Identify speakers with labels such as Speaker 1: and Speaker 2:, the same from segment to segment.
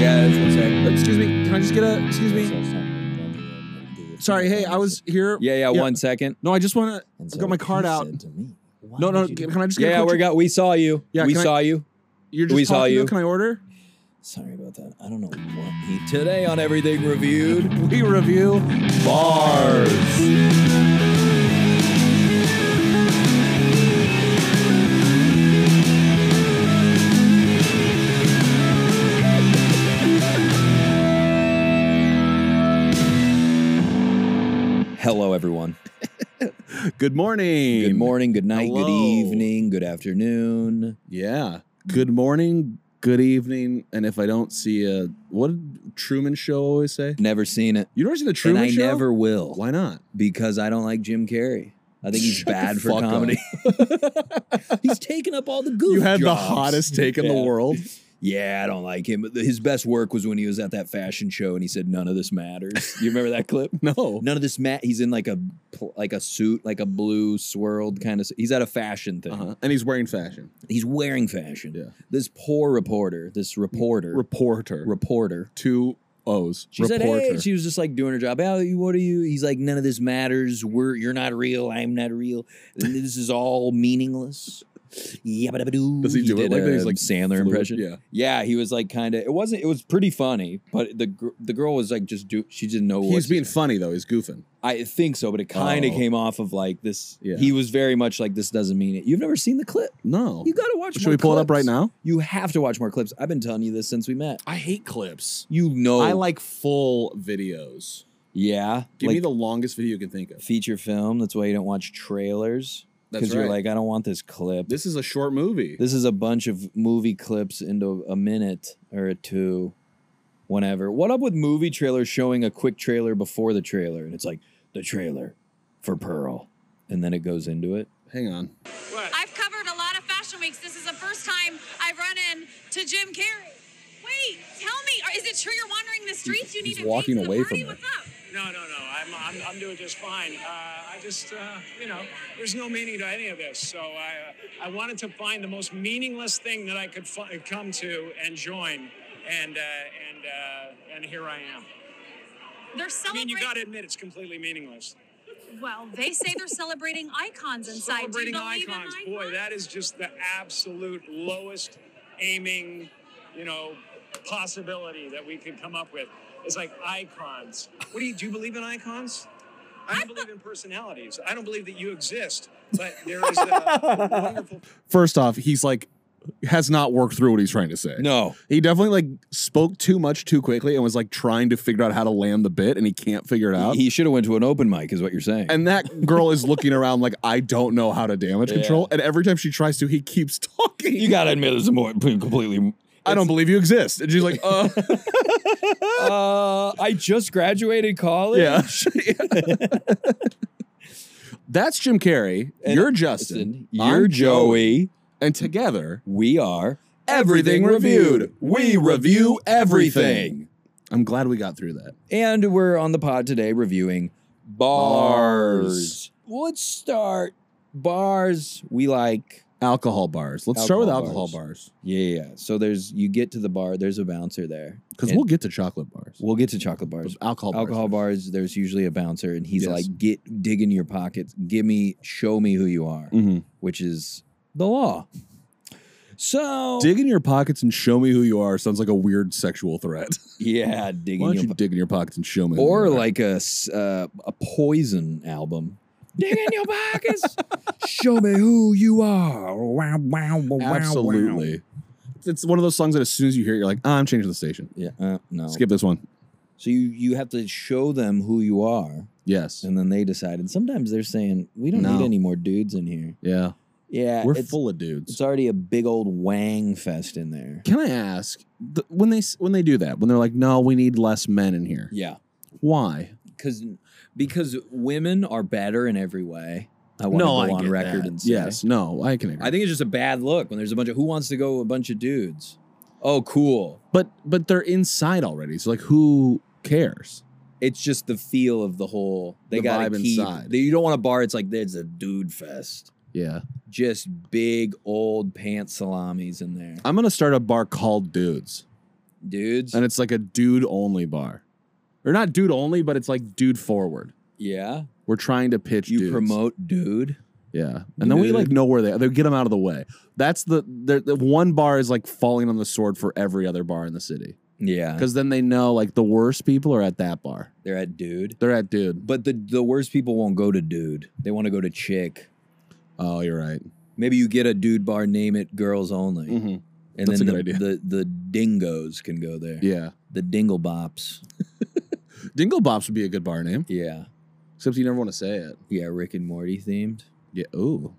Speaker 1: Yeah, that's what's up.
Speaker 2: Excuse me. Can I just get a? Excuse me. Sorry. Hey, I was here.
Speaker 1: Yeah, yeah,
Speaker 2: Yeah.
Speaker 1: one second.
Speaker 2: No, I just want to.
Speaker 3: And
Speaker 2: I got my
Speaker 3: he
Speaker 2: card out.
Speaker 3: said to me, "Why
Speaker 2: No, no.
Speaker 3: would you do
Speaker 2: Can I just
Speaker 1: Yeah,
Speaker 2: get? a
Speaker 1: yeah,
Speaker 2: quick-
Speaker 1: we got we saw you.
Speaker 2: Yeah,
Speaker 1: we
Speaker 2: can I-
Speaker 1: saw you.
Speaker 2: You're just
Speaker 1: we saw
Speaker 2: talking to-
Speaker 1: you.
Speaker 2: Can I order?
Speaker 3: that? Sorry about that. I don't know what he
Speaker 1: Today on Everything Reviewed,
Speaker 2: We review.
Speaker 1: bars. Hello, everyone.
Speaker 2: Good morning.
Speaker 1: Good morning, good night, good
Speaker 2: Hello.
Speaker 1: evening, good afternoon.
Speaker 2: Yeah. Good morning. Good evening. And if I don't see a what did Truman Show always say?
Speaker 1: Never seen it.
Speaker 2: You don't see the Truman
Speaker 1: and I
Speaker 2: Show.
Speaker 1: never will.
Speaker 2: Why not?
Speaker 1: Because I don't like Jim Carrey. I think he's
Speaker 2: Shut the
Speaker 1: bad for
Speaker 2: fuck up.
Speaker 1: comedy. he's taken up all the goof.
Speaker 2: You had the
Speaker 1: jobs.
Speaker 2: hottest take in the
Speaker 1: Yeah.
Speaker 2: world.
Speaker 1: Yeah, I don't like him. But His best work was when he was at that fashion show and he said, "None of this matters." You remember that clip?
Speaker 2: No.
Speaker 1: None of this mat. He's in like a pl- like a suit, like a blue swirled kind of. s- He's at a fashion thing.
Speaker 2: Uh-huh. And he's wearing fashion.
Speaker 1: He's wearing fashion.
Speaker 2: Yeah.
Speaker 1: This poor reporter, this reporter,
Speaker 2: Reporter.
Speaker 1: reporter,
Speaker 2: Two O's.
Speaker 1: She
Speaker 2: Reporter.
Speaker 1: said, "Hey," she was just like doing her job. Oh, you- what are you? He's like, none of this matters. We're you're not real. I'm not real. And this is all meaningless. Yabba-dabba-doo.
Speaker 2: Does he do it
Speaker 1: did
Speaker 2: like that?
Speaker 1: a
Speaker 2: He's like
Speaker 1: Sandler
Speaker 2: fluid.
Speaker 1: impression.
Speaker 2: Yeah.
Speaker 1: Yeah, he was like kind of. It wasn't. It was pretty funny, but the gr- the girl was like just do. She didn't know.
Speaker 2: He's
Speaker 1: what
Speaker 2: being funny though. He's goofing.
Speaker 1: I think so, but it kind of
Speaker 2: Oh.
Speaker 1: came off of like this.
Speaker 2: Yeah.
Speaker 1: He was very much like this doesn't mean it. You've never seen the clip.
Speaker 2: No.
Speaker 1: You gotta watch.
Speaker 2: Should
Speaker 1: more
Speaker 2: we pull it up
Speaker 1: clips.
Speaker 2: right now?
Speaker 1: You have to watch more clips. I've been telling you this since we met.
Speaker 2: I hate clips.
Speaker 1: You know.
Speaker 2: I like full videos.
Speaker 1: Yeah.
Speaker 2: Give
Speaker 1: like
Speaker 2: me the longest video you can think of.
Speaker 1: feature film. That's why you don't watch trailers
Speaker 2: That's
Speaker 1: because
Speaker 2: right.
Speaker 1: you're like, I don't want this clip. This,
Speaker 2: this is a short movie.
Speaker 1: is a bunch of movie clips into a minute or a two, whenever. What up with movie trailers showing a quick trailer before the trailer? And it's like the trailer for Pearl, and then it goes into it.
Speaker 2: Hang on.
Speaker 4: I've covered a lot of fashion weeks. This is the first time I've run in to Jim Carrey. Wait, tell me, are- is it true you're wandering the streets? you need
Speaker 2: he's
Speaker 4: to
Speaker 2: walking
Speaker 4: date to the
Speaker 2: away
Speaker 4: party?
Speaker 2: from it.
Speaker 4: What's up?
Speaker 5: No, no, no. I'm, I'm, I'm doing just fine. Uh, I just, uh, you know, there's no meaning to any of this. So I, uh, I wanted to find the most meaningless thing that I could fi- come to and join, and uh, and uh, and here I am.
Speaker 4: They're
Speaker 5: I mean,
Speaker 4: celebrating.
Speaker 5: you got to admit it's completely meaningless.
Speaker 4: Well, they say they're celebrating icons inside. Do you
Speaker 5: Celebrating
Speaker 4: believe in
Speaker 5: icons, boy, that is just the absolute lowest aiming, you know, possibility that we could come up with. It's like icons. What do you do? You believe in icons? I don't believe in personalities. I don't believe that you exist, but there is a wonderful
Speaker 2: First off, he's like has not worked through what he's trying to say.
Speaker 1: No,
Speaker 2: He definitely like spoke too much too quickly and was like trying to figure out how to land the bit and he can't figure it out.
Speaker 1: he should have went to an open mic, is what you're saying.
Speaker 2: and that girl is looking around like I don't know how to damage
Speaker 1: Yeah.
Speaker 2: control and every time she tries to he keeps talking.
Speaker 1: you gotta admit it's a more completely.
Speaker 2: I don't believe you exist. And she's like, "Uh,
Speaker 1: Uh, I just graduated college.
Speaker 2: yeah." That's Jim Carrey.
Speaker 1: And Listen,
Speaker 2: you're Justin.
Speaker 1: you're
Speaker 2: I'm
Speaker 1: Joey.
Speaker 2: And together,
Speaker 1: We are
Speaker 2: Everything Reviewed. We review everything. I'm glad we got through that.
Speaker 1: And we're on the pod today reviewing bars.
Speaker 2: Bars.
Speaker 1: Let's start bars we like.
Speaker 2: Alcohol bars. Let's start with
Speaker 1: Alcohol
Speaker 2: alcohol
Speaker 1: bars.
Speaker 2: bars
Speaker 1: Yeah, yeah. So there's you get to the bar, there's a bouncer there.
Speaker 2: because
Speaker 1: And
Speaker 2: we'll get to chocolate bars.
Speaker 1: we'll get to chocolate bars.
Speaker 2: But alcohol bars.
Speaker 1: Alcohol bars, there's usually a bouncer and he's
Speaker 2: Yes.
Speaker 1: like, get dig in your pockets, give me, show me who you are,
Speaker 2: Mhm.
Speaker 1: which is the law. So
Speaker 2: Dig in your pockets and show me who you are sounds like a weird sexual threat.
Speaker 1: yeah, dig in
Speaker 2: Why don't
Speaker 1: your
Speaker 2: you dig in your pockets and show me? who
Speaker 1: or
Speaker 2: you are?
Speaker 1: like a s- uh, a poison album. Dig in your pockets. Show me who you are. Wow, wow, wow, wow.
Speaker 2: absolutely. It's one of those songs that as soon as you hear it, you're like, ah, I'm changing the station.
Speaker 1: Yeah. Uh, no.
Speaker 2: Skip this one.
Speaker 1: So you you have to show them who you are,
Speaker 2: Yes.
Speaker 1: and then they decide. And sometimes they're saying, "We don't
Speaker 2: No.
Speaker 1: need any more dudes in here."
Speaker 2: Yeah.
Speaker 1: Yeah,
Speaker 2: We're
Speaker 1: it's,
Speaker 2: full of dudes.
Speaker 1: It's already a big old wang fest in there.
Speaker 2: Can I ask th- when they s- when they do that when they're like, no, we need less men in here.
Speaker 1: Yeah,
Speaker 2: Why?
Speaker 1: because because women are better in every way. I want to go on record and say.
Speaker 2: yes, no, I can agree.
Speaker 1: I think it's just a bad look when there's a bunch of who wants to go with a bunch of dudes. Oh, cool.
Speaker 2: but but they're inside already, so like, who cares?
Speaker 1: It's just the feel of the whole. They
Speaker 2: The
Speaker 1: gotta
Speaker 2: vibe
Speaker 1: keep.
Speaker 2: inside.
Speaker 1: they- you don't want a bar. It's like there's a dude fest.
Speaker 2: Yeah,
Speaker 1: Just big old pant salamis in there.
Speaker 2: I'm gonna start a bar called Dudes.
Speaker 1: dudes.
Speaker 2: and it's like a dude only bar, or not dude only, but it's like dude forward.
Speaker 1: Yeah,
Speaker 2: We're trying to pitch.
Speaker 1: you
Speaker 2: dudes.
Speaker 1: promote dude.
Speaker 2: Yeah, and then we like
Speaker 1: Dude.
Speaker 2: know where they are. They get them out of the way. That's the the the one bar is like falling on the sword for every other bar in the city
Speaker 1: Yeah,
Speaker 2: because then they know like the worst people are at that bar.
Speaker 1: they're at dude.
Speaker 2: They're at dude.
Speaker 1: But the the worst people won't go to dude. They want to go to chick.
Speaker 2: Oh, you're right.
Speaker 1: Maybe you get a dude bar, name it girls only,
Speaker 2: Mhm.
Speaker 1: and
Speaker 2: That's
Speaker 1: then the,
Speaker 2: a good idea.
Speaker 1: the the dingoes can go there.
Speaker 2: Yeah,
Speaker 1: The dingle bops.
Speaker 2: Dingle Bops would be a good bar name,
Speaker 1: Yeah,
Speaker 2: except you never want to say it.
Speaker 1: yeah. Rick and Morty themed.
Speaker 2: Yeah. Ooh.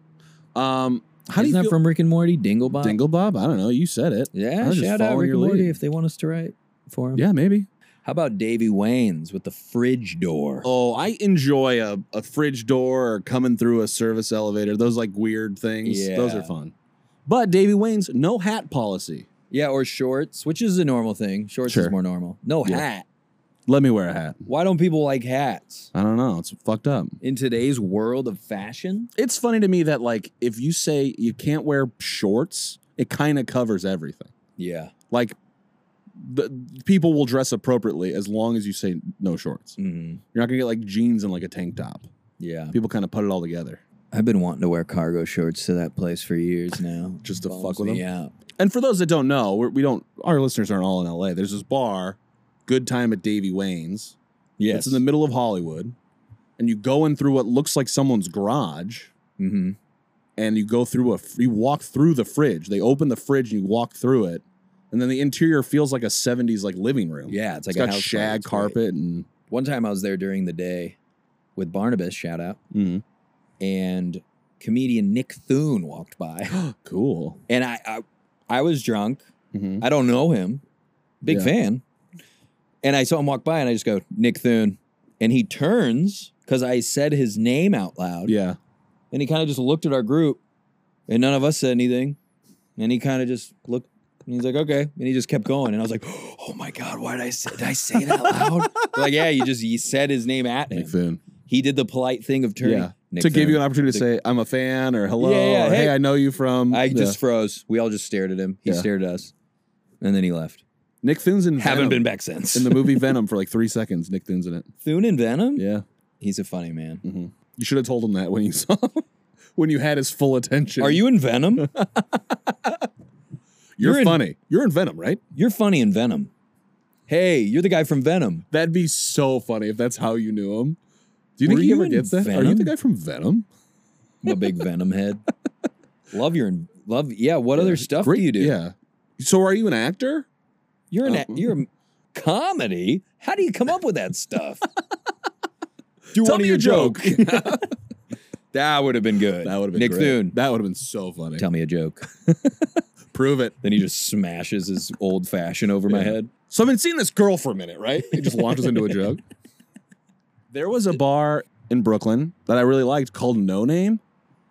Speaker 2: Um. How
Speaker 1: How Isn't
Speaker 2: do you
Speaker 1: that
Speaker 2: feel?
Speaker 1: from Rick and Morty? Dingle bop.
Speaker 2: Dingle Bob? I don't know. You said it. I
Speaker 1: Yeah,
Speaker 2: was just
Speaker 1: shout out
Speaker 2: following
Speaker 1: Rick
Speaker 2: your
Speaker 1: and Morty
Speaker 2: lead.
Speaker 1: if they want us to write for him.
Speaker 2: Yeah, maybe.
Speaker 1: How about Davy Wayne's with the fridge door?
Speaker 2: Oh, I enjoy a, a fridge door or coming through a service elevator. Those like weird things. Those are
Speaker 1: Yeah.
Speaker 2: fun. But Davy Wayne's no hat policy.
Speaker 1: Yeah, or shorts, which is a normal thing. Shorts
Speaker 2: Sure.
Speaker 1: is more normal. No
Speaker 2: Yeah.
Speaker 1: hat.
Speaker 2: Let me wear a hat.
Speaker 1: Why don't people like hats?
Speaker 2: I don't know. It's fucked up.
Speaker 1: In today's world of fashion?
Speaker 2: It's funny to me that like if you say you can't wear shorts, it kind of covers everything.
Speaker 1: Yeah.
Speaker 2: Like the people will dress appropriately as long as you say no shorts.
Speaker 1: Mhm.
Speaker 2: You're not gonna get like jeans and like a tank top.
Speaker 1: Yeah.
Speaker 2: People kind of put it all together.
Speaker 1: I've been wanting to wear cargo shorts to that place for years now.
Speaker 2: Just to
Speaker 1: Bums
Speaker 2: fuck with
Speaker 1: me
Speaker 2: them?
Speaker 1: out.
Speaker 2: And for those that don't know, we're, we don't. Our listeners aren't all in L.A. There's this bar, Good Time at Davy Wayne's.
Speaker 1: Yes.
Speaker 2: It's in the middle of Hollywood, and you go in through what looks like someone's garage,
Speaker 1: hmm
Speaker 2: and you go through a. fr- You walk through the fridge. They open the fridge and you walk through it, and then the interior feels like a '70s like living room.
Speaker 1: Yeah, it's like
Speaker 2: it's
Speaker 1: a
Speaker 2: got
Speaker 1: house
Speaker 2: shag
Speaker 1: party. It's great.
Speaker 2: carpet and.
Speaker 1: One time I was there during the day with Barnabas, shout out,
Speaker 2: mhm.
Speaker 1: and comedian Nick Thune walked by.
Speaker 2: cool.
Speaker 1: And I, I I was drunk.
Speaker 2: hmm
Speaker 1: I don't know him. Big
Speaker 2: Yeah.
Speaker 1: fan. And I saw him walk by and I just go, Nick Thune. And he turns because I said his name out loud.
Speaker 2: Yeah.
Speaker 1: And he kind of just looked at our group and none of us said anything. And he kind of just looked and he's like, okay. And he just kept going. And I was like, oh my God, why did I say, did I say that loud? They're like, yeah, you just, you said his name at
Speaker 2: Nick
Speaker 1: him.
Speaker 2: Thune.
Speaker 1: He did the polite thing of turning.
Speaker 2: Yeah.
Speaker 1: Nick
Speaker 2: to give you
Speaker 1: Thune.
Speaker 2: an opportunity to
Speaker 1: The-
Speaker 2: say, I'm a fan or hello,
Speaker 1: Yeah, yeah,
Speaker 2: or, hey,
Speaker 1: hey.
Speaker 2: I know you from.
Speaker 1: I
Speaker 2: Yeah.
Speaker 1: just froze. We all just stared at him. He
Speaker 2: Yeah.
Speaker 1: stared at us. And then he left.
Speaker 2: Nick Thune's in
Speaker 1: Haven't
Speaker 2: Venom.
Speaker 1: been back since.
Speaker 2: in the movie Venom for like three seconds. Nick Thune's in it.
Speaker 1: Thune and Venom?
Speaker 2: Yeah, Mm-hmm.
Speaker 1: He's a funny man.
Speaker 2: you should have told him that when you saw him, when you had his full attention.
Speaker 1: Are you in Venom?
Speaker 2: You're,
Speaker 1: you're in-
Speaker 2: funny. you're in Venom, right?
Speaker 1: You're funny in Venom. Hey, you're the guy from Venom.
Speaker 2: That'd be so funny if that's how you knew him. Do you think
Speaker 1: Were
Speaker 2: he
Speaker 1: you
Speaker 2: ever
Speaker 1: in
Speaker 2: gets that? Are you the
Speaker 1: Venom?
Speaker 2: guy from Venom?
Speaker 1: I'm a big Venom head. Love your love. Yeah. What other stuff
Speaker 2: Great-
Speaker 1: do you do?
Speaker 2: Yeah. So are you an actor?
Speaker 1: You're an
Speaker 2: Oh.
Speaker 1: a you're a comedy. How do you come up with that stuff? do
Speaker 2: Tell
Speaker 1: one
Speaker 2: me
Speaker 1: of your
Speaker 2: a joke.
Speaker 1: joke. that would have been good.
Speaker 2: That would have been
Speaker 1: Nick
Speaker 2: great.
Speaker 1: Thune.
Speaker 2: That would have been so funny.
Speaker 1: Tell me a joke.
Speaker 2: Prove it.
Speaker 1: Then he just smashes his old fashioned over my
Speaker 2: Yeah.
Speaker 1: head.
Speaker 2: So I've been seeing this girl for a minute, right? It just launches into a joke. There was a bar in Brooklyn that I really liked called No Name.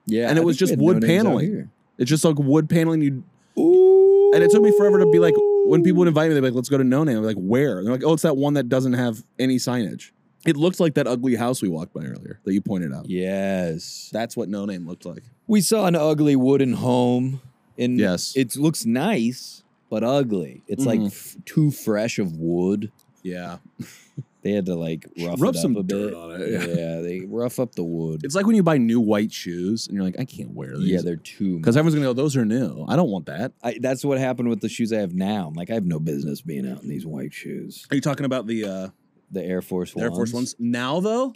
Speaker 1: Yeah.
Speaker 2: And it
Speaker 1: I
Speaker 2: was
Speaker 1: think
Speaker 2: just
Speaker 1: we had
Speaker 2: wood
Speaker 1: no names out
Speaker 2: paneling.
Speaker 1: here.
Speaker 2: It's just like wood paneling. You
Speaker 1: Ooh.
Speaker 2: and it took me forever to be like when people would invite me, they'd be like, "Let's go to No Name." I'm like, "Where?" And they're like, "Oh, it's that one that doesn't have any signage." It looked like that ugly house we walked by earlier that you pointed out.
Speaker 1: Yes.
Speaker 2: That's what No Name looked like.
Speaker 1: We saw an ugly wooden home, and
Speaker 2: Yes.
Speaker 1: it looks nice but ugly. It's
Speaker 2: Mhm.
Speaker 1: like f- too fresh of wood.
Speaker 2: Yeah,
Speaker 1: They had to like rough
Speaker 2: Rub
Speaker 1: it
Speaker 2: some
Speaker 1: up a
Speaker 2: dirt
Speaker 1: bit.
Speaker 2: on it, yeah.
Speaker 1: they rough up the wood.
Speaker 2: it's like when you buy new white shoes and you're like, "I can't wear these."
Speaker 1: yeah, they're too.
Speaker 2: because everyone's gonna go, "Those are new. I don't want that."
Speaker 1: I, that's what happened with the shoes I have now. I'm like, I have no business being out in these white shoes.
Speaker 2: Are you talking about the uh,
Speaker 1: The Air Force Ones.
Speaker 2: Air Force Ones now though?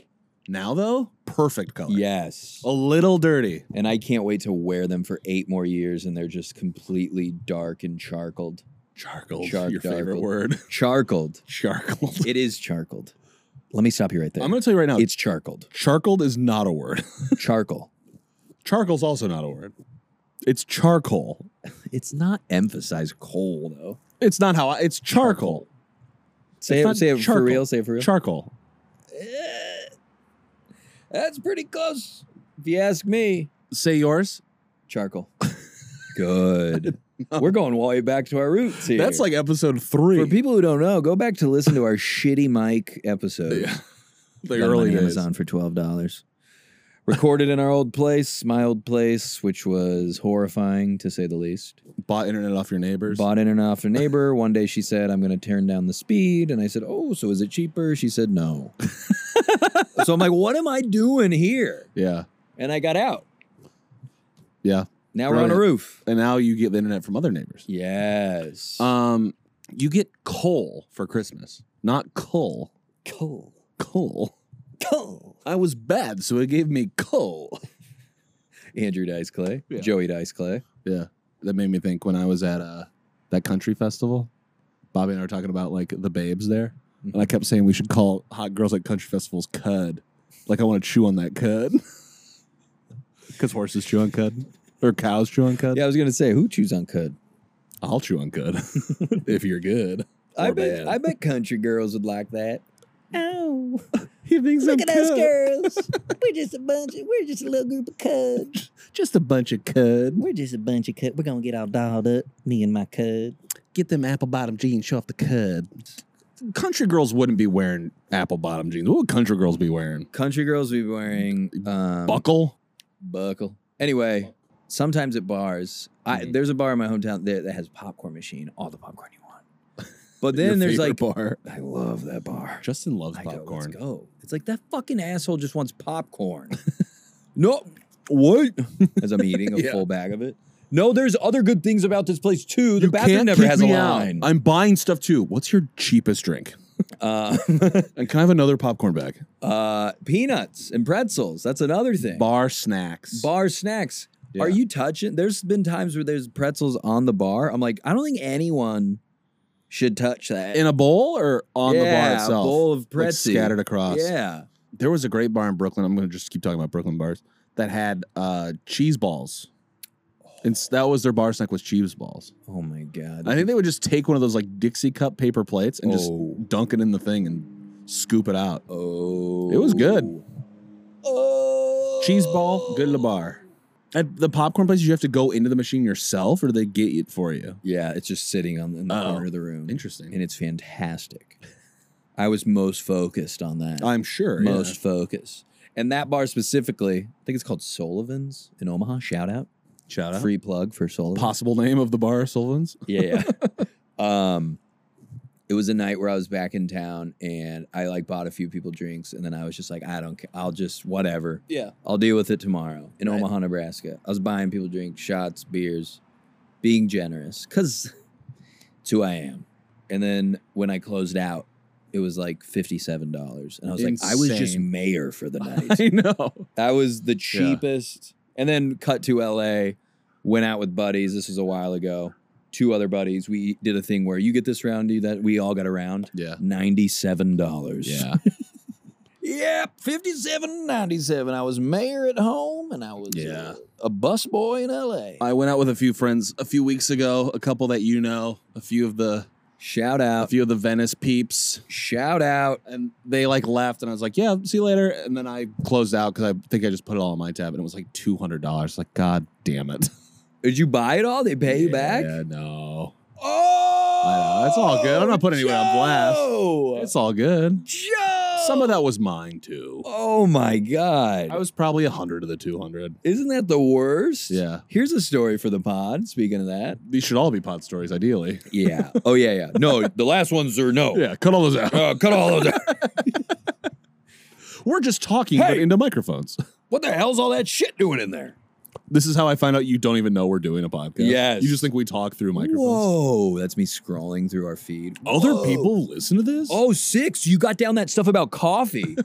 Speaker 2: Now though, perfect color.
Speaker 1: Yes.
Speaker 2: a little dirty.
Speaker 1: And I can't wait to wear them for eight more years, and they're just completely dark and charcoaled.
Speaker 2: Charcoal,
Speaker 1: Char-
Speaker 2: your favorite
Speaker 1: charcoal.
Speaker 2: word.
Speaker 1: Charcoaled.
Speaker 2: Charcoal.
Speaker 1: It is charcoaled. Let me stop you right there.
Speaker 2: I'm gonna tell you right now,
Speaker 1: it's charcoaled.
Speaker 2: charcoal is not a word.
Speaker 1: Charcoal.
Speaker 2: Charcoal's also not a word. It's charcoal.
Speaker 1: It's not emphasized coal though.
Speaker 2: It's not how I, it's charcoal.
Speaker 1: Say
Speaker 2: It's
Speaker 1: it,
Speaker 2: not
Speaker 1: say it
Speaker 2: charcoal.
Speaker 1: for real. Say it for real.
Speaker 2: Charcoal.
Speaker 1: That's pretty close, if you ask me.
Speaker 2: Say yours.
Speaker 1: Charcoal. Good. We're going way back to our roots here.
Speaker 2: That's like episode three.
Speaker 1: for people who don't know, go back to listen to our shitty mic episode.
Speaker 2: Yeah. the
Speaker 1: Got 'em on
Speaker 2: early days.
Speaker 1: Amazon for twelve dollars. Recorded in our old place, my old place, which was horrifying to say the least.
Speaker 2: Bought internet off your neighbors.
Speaker 1: Bought in and off her neighbor. One day she said, I'm going to turn down the speed. And I said, Oh, so is it cheaper? She said, No. so I'm like, What am I doing here?
Speaker 2: Yeah,
Speaker 1: And I got out.
Speaker 2: yeah.
Speaker 1: Now we're on
Speaker 2: Brilliant.
Speaker 1: a roof.
Speaker 2: And now you get the internet from other neighbors.
Speaker 1: Yes.
Speaker 2: Um, you get coal for Christmas, not coal.
Speaker 1: cool.
Speaker 2: Coal.
Speaker 1: Cool.
Speaker 2: I was bad, so it gave me coal.
Speaker 1: Andrew Dice Clay,
Speaker 2: Yeah.
Speaker 1: Joey Dice Clay.
Speaker 2: Yeah, that made me think when I was at uh, that country festival. Bobby and I were talking about like the babes there, and
Speaker 1: Mm-hmm.
Speaker 2: I kept saying we should call hot girls at country festivals cud. Like I want to chew on that cud, because horses chew on cud or cows chew on cud.
Speaker 1: Yeah, I was going to say, Who chews on cud?
Speaker 2: I'll chew on cud if you're good.
Speaker 1: I
Speaker 2: Or
Speaker 1: bet,
Speaker 2: bad.
Speaker 1: I bet country girls would like that. Oh,
Speaker 2: He thinks I'm cud.
Speaker 1: girls.
Speaker 3: We're just a bunch of, we're just a little group of cuds.
Speaker 2: Just a bunch of cud.
Speaker 3: We're just a bunch of cuds. We're going to get all dolled up, me and my cud.
Speaker 2: Get them apple bottom jeans. Show off the cud. Country girls wouldn't be wearing apple bottom jeans. What would country girls be wearing?
Speaker 1: country girls would be wearing um,
Speaker 2: Buckle.
Speaker 1: buckle. Anyway, sometimes at bars, I,
Speaker 2: Mhm.
Speaker 1: there's a bar in my hometown that, that has popcorn machine, all the popcorn you want. But
Speaker 2: Your
Speaker 1: then there's like,
Speaker 2: favorite bar.
Speaker 1: I love that bar.
Speaker 2: Justin loves
Speaker 1: I go,
Speaker 2: popcorn.
Speaker 1: Let's go. It's like that fucking asshole just wants popcorn. no, what? As I'm eating a
Speaker 2: Yeah.
Speaker 1: full bag of it. No, there's other good things about this place too. The bathroom never
Speaker 2: kick
Speaker 1: has a
Speaker 2: me out.
Speaker 1: line.
Speaker 2: I'm buying stuff too. What's your cheapest drink?
Speaker 1: Uh,
Speaker 2: And can I have another popcorn bag?
Speaker 1: uh, peanuts and pretzels. That's another thing.
Speaker 2: Bar snacks.
Speaker 1: bar snacks. Are
Speaker 2: Yeah.
Speaker 1: you touching? There's been times where there's pretzels on the bar. I'm like, I don't think anyone should touch that.
Speaker 2: in a bowl or on the
Speaker 1: Yeah,
Speaker 2: bar itself?
Speaker 1: a bowl of
Speaker 2: Like,
Speaker 1: pretzels
Speaker 2: scattered across.
Speaker 1: Yeah,
Speaker 2: There was a great bar in Brooklyn. I'm going to just keep talking about Brooklyn bars that had uh, cheese balls. And s- that was their bar snack was cheese balls.
Speaker 1: Oh my god.
Speaker 2: I think they would just take one of those like Dixie cup paper plates and
Speaker 1: Oh.
Speaker 2: just dunk it in the thing and scoop it out.
Speaker 1: oh,
Speaker 2: It was good.
Speaker 1: Oh,
Speaker 2: Cheese ball, good to the bar. At the popcorn places, you have to go into the machine yourself, or do they get it for you?
Speaker 1: Yeah, it's just sitting on in the
Speaker 2: Oh.
Speaker 1: corner of the room,
Speaker 2: Interesting.
Speaker 1: and it's fantastic. I was most focused on that.
Speaker 2: I'm sure. yeah.
Speaker 1: most focused, and that bar specifically. I think it's called Sullivan's in Omaha. Shout out,
Speaker 2: shout out.
Speaker 1: free plug for Sullivan's.
Speaker 2: Possible name of the bar, Sullivan's.
Speaker 1: yeah. yeah. um, it was a night where I was back in town and I like bought a few people drinks and then I was just like, I don't care. I'll just whatever.
Speaker 2: Yeah.
Speaker 1: I'll deal with it tomorrow in Omaha, Nebraska. I was buying people drinks, shots, beers, being generous because it's who I am. And then when I closed out, it was like $57. And I was like, I was just
Speaker 2: Insane.
Speaker 1: mayor for the night.
Speaker 2: I know.
Speaker 1: That was the cheapest. And then cut to LA, went out with buddies. This was a while ago. Two other buddies. We did a thing where you get this round, you that we all got a round.
Speaker 2: Yeah.
Speaker 1: Ninety-seven dollars.
Speaker 2: Yeah.
Speaker 1: Yep. Fifty-seven ninety-seven. I was mayor at home and I was
Speaker 2: Yeah.
Speaker 1: a, bus boy in LA.
Speaker 2: I went out with a few friends a few weeks ago, a couple that you know, a few of the
Speaker 1: Shout
Speaker 2: a
Speaker 1: out.
Speaker 2: few of the Venice peeps.
Speaker 1: Shout out.
Speaker 2: And they like left and I was like, Yeah, see you later. And then I closed out because I think I just put it all on my tab and it was like two hundred dollars. Like, god damn it.
Speaker 1: Did you buy it all? They pay you back?
Speaker 2: Yeah, no.
Speaker 1: Oh
Speaker 2: I know. It's all good. I'm not putting anyone on blast.
Speaker 1: Joe!
Speaker 2: It's all good.
Speaker 1: Joe.
Speaker 2: Some of that was mine too.
Speaker 1: Oh my God.
Speaker 2: I was probably a hundred of the two hundred.
Speaker 1: Isn't that the worst?
Speaker 2: Yeah.
Speaker 1: Here's a story for the pod. Speaking of that.
Speaker 2: These should all be pod stories, ideally.
Speaker 1: Yeah. Oh, yeah, yeah. No, the last ones are no.
Speaker 2: Yeah, cut all those out.
Speaker 1: Uh, Oh. cut all of that.
Speaker 2: We're just talking but
Speaker 1: Hey!
Speaker 2: into microphones.
Speaker 1: What the hell's all that shit doing in there?
Speaker 2: This is how I find out you don't even know we're doing a podcast.
Speaker 1: Yes.
Speaker 2: You just think we talk through microphones.
Speaker 1: Whoa. That's me scrolling through our feed.
Speaker 2: Other
Speaker 1: Whoa.
Speaker 2: people listen to this?
Speaker 1: Oh, six. You got down that stuff about coffee.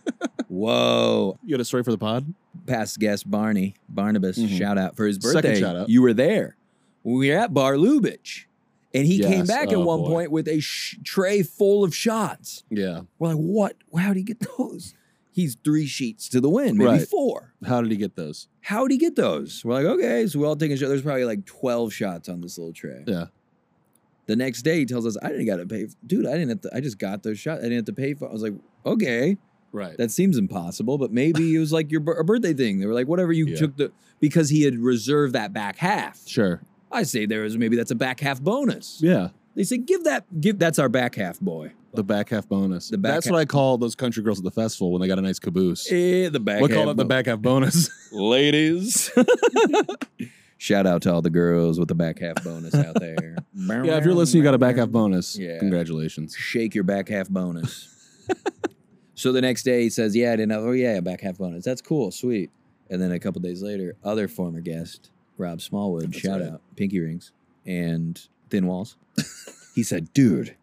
Speaker 1: Whoa.
Speaker 2: You got a story for the pod?
Speaker 1: Past guest Barney Barnabas,
Speaker 2: Mhm.
Speaker 1: Mm-hmm. shout out for his
Speaker 2: Second
Speaker 1: birthday.
Speaker 2: shout out.
Speaker 1: You were there. We were at Bar Lubitsch. And he came
Speaker 2: Yes.
Speaker 1: back at
Speaker 2: Oh,
Speaker 1: one
Speaker 2: boy.
Speaker 1: point with a sh- tray full of shots.
Speaker 2: Yeah.
Speaker 1: We're like, what? How'd he get those? He's three sheets to the wind, maybe
Speaker 2: Right.
Speaker 1: four.
Speaker 2: How did he get those?
Speaker 1: How'd he get those? We're like, okay, so we all take a shot. There's probably like 12 shots on this little tray.
Speaker 2: Yeah.
Speaker 1: The next day he tells us, I didn't gotta pay. Dude, I didn't have to, I just got those shots. I didn't have to pay for I was like, okay,
Speaker 2: Right.
Speaker 1: that seems impossible, but maybe it was like your bir- a birthday thing. They were like, whatever you
Speaker 2: Yeah.
Speaker 1: took the because he had reserved that back half.
Speaker 2: sure.
Speaker 1: I say there is maybe that's a back half bonus.
Speaker 2: Yeah.
Speaker 1: They say, give that, give that's our back half boy.
Speaker 2: The back half bonus.
Speaker 1: The back
Speaker 2: That's
Speaker 1: half-
Speaker 2: what I call those country girls at the festival when they got a nice caboose.
Speaker 1: Eh, the back.
Speaker 2: we call
Speaker 1: half
Speaker 2: that the
Speaker 1: bo-
Speaker 2: back half bonus.
Speaker 1: ladies. Shout out to all the girls with the back half bonus out there.
Speaker 2: yeah, if you're listening, you got a back half bonus.
Speaker 1: Yeah.
Speaker 2: Congratulations.
Speaker 1: Shake your back half bonus. so the next day he says, "Yeah, I didn't know. Oh yeah, back half bonus. That's cool, sweet." And then a couple days later, other former guest Rob Smallwood,
Speaker 2: That's
Speaker 1: shout
Speaker 2: right.
Speaker 1: out Pinky Rings and Thin Walls. he said, "Dude,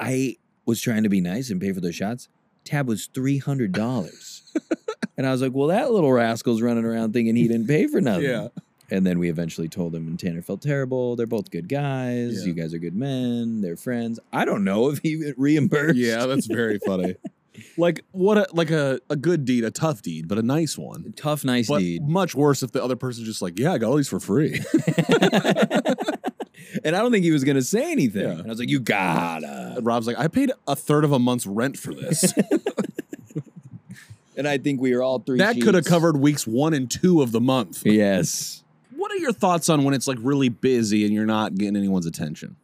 Speaker 1: I was trying to be nice and pay for those shots. Tab was three hundred dollars." And I was like, well, that little rascal's running around thinking he didn't pay for nothing. And then we eventually told him, and Tanner felt terrible. They're both good guys.
Speaker 2: Yeah.
Speaker 1: You guys are good men. They're friends. I don't know if he reimbursed.
Speaker 2: Yeah, that's very funny. like what a like a, a good deed, a tough deed, but a nice one.
Speaker 1: Tough, nice
Speaker 2: But
Speaker 1: deed.
Speaker 2: much worse if the other person's just like, yeah, I got all these for free.
Speaker 1: and I don't think he was going to say anything.
Speaker 2: Yeah.
Speaker 1: And I was like, you gotta.
Speaker 2: And Rob's like, I paid a third of a month's rent for this.
Speaker 1: And I think we were all three.
Speaker 2: that could have
Speaker 1: sheets.
Speaker 2: covered weeks one and two of the month.
Speaker 1: Yes.
Speaker 2: What are your thoughts on when it's like really busy and you're not getting anyone's attention?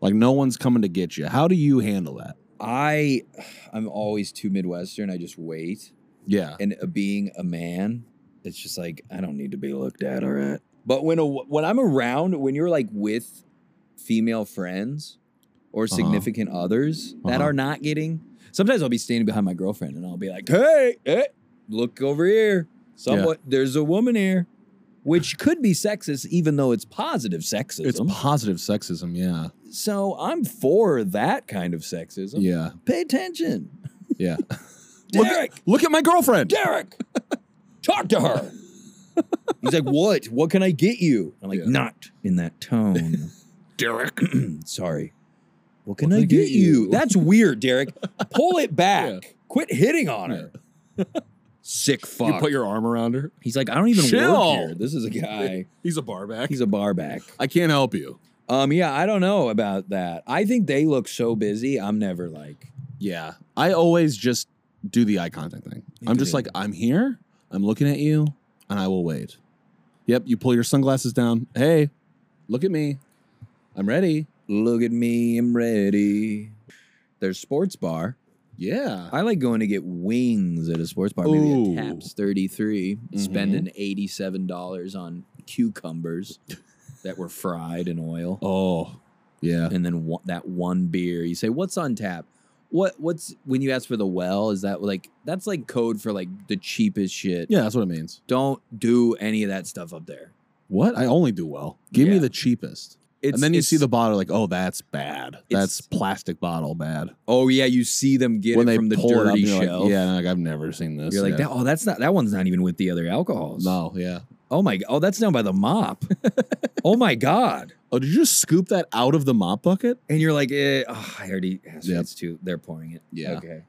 Speaker 2: Like no one's coming to get you. How do you handle that?
Speaker 1: I, I'm always too Midwestern. I just wait.
Speaker 2: Yeah.
Speaker 1: and uh, being a man, it's just like I don't need to be looked at. All right, but when a, when I'm around, when you're like with female friends or
Speaker 2: Uh-huh.
Speaker 1: significant others that
Speaker 2: Uh-huh.
Speaker 1: are not getting, sometimes I'll be standing behind my girlfriend and I'll be like, "Hey, hey, look over here! Somewhat, there's a woman here," which could be sexist, even though it's positive sexism.
Speaker 2: It's positive sexism, yeah.
Speaker 1: so I'm for that kind of sexism.
Speaker 2: Yeah.
Speaker 1: Pay attention,
Speaker 2: Yeah. Look-
Speaker 1: Derek.
Speaker 2: Look at my girlfriend.
Speaker 1: Derek, talk to her. He's like, what? What can I get you? I'm like,
Speaker 2: Yeah.
Speaker 1: not in that tone.
Speaker 2: Derek.
Speaker 1: Sorry. What can I, get, you? That's weird, Derek. Pull it back.
Speaker 2: Yeah.
Speaker 1: Quit hitting on her. Sick fuck.
Speaker 2: You put your arm around her.
Speaker 1: He's like, I don't even
Speaker 2: Chill.
Speaker 1: work here. This is a guy.
Speaker 2: He's a barback.
Speaker 1: He's a bar back.
Speaker 2: I can't help you.
Speaker 1: Um, yeah, I don't know about that. I think they look so busy. I'm never like,
Speaker 2: Yeah. I always just do the eye contact thing.
Speaker 1: You
Speaker 2: I'm
Speaker 1: do
Speaker 2: just
Speaker 1: the-
Speaker 2: like, I'm here, I'm looking at you, and I will wait. Yep, you pull your sunglasses down. Hey, look at me. I'm ready.
Speaker 1: look at me, I'm ready. There's sports bar.
Speaker 2: Yeah.
Speaker 1: I like going to get wings at a sports bar. Maybe
Speaker 2: Ooh.
Speaker 1: at Taps 33,
Speaker 2: Mhm.
Speaker 1: spending $87 on cucumbers that were fried in oil.
Speaker 2: Oh, yeah.
Speaker 1: And then one, that one beer. You say, what's on tap? What What's when you ask for the well? Is that like, that's like code for like the cheapest shit.
Speaker 2: Yeah, that's what it means.
Speaker 1: Don't do any of that stuff up there.
Speaker 2: What? I only do well. Give me
Speaker 1: Yeah.
Speaker 2: the cheapest.
Speaker 1: It's,
Speaker 2: and then you
Speaker 1: it's-
Speaker 2: see the bottle, like, oh, that's bad.
Speaker 1: It's-
Speaker 2: That's plastic bottle bad.
Speaker 1: oh yeah, you see them get
Speaker 2: when
Speaker 1: it
Speaker 2: they
Speaker 1: from the
Speaker 2: pull it up,
Speaker 1: dirty
Speaker 2: you're
Speaker 1: shelf.
Speaker 2: like, yeah, like, I've never seen this.
Speaker 1: You're like,
Speaker 2: yeah.
Speaker 1: that, oh, that's not that one's not even with the other alcohols.
Speaker 2: No, yeah.
Speaker 1: Oh my, oh, that's down by the mop. oh my god.
Speaker 2: Oh, did you just scoop that out of the mop bucket?
Speaker 1: And you're like, eh, oh, I already asked
Speaker 2: Yep.
Speaker 1: it's too. They're pouring it.
Speaker 2: Yeah.
Speaker 1: Okay.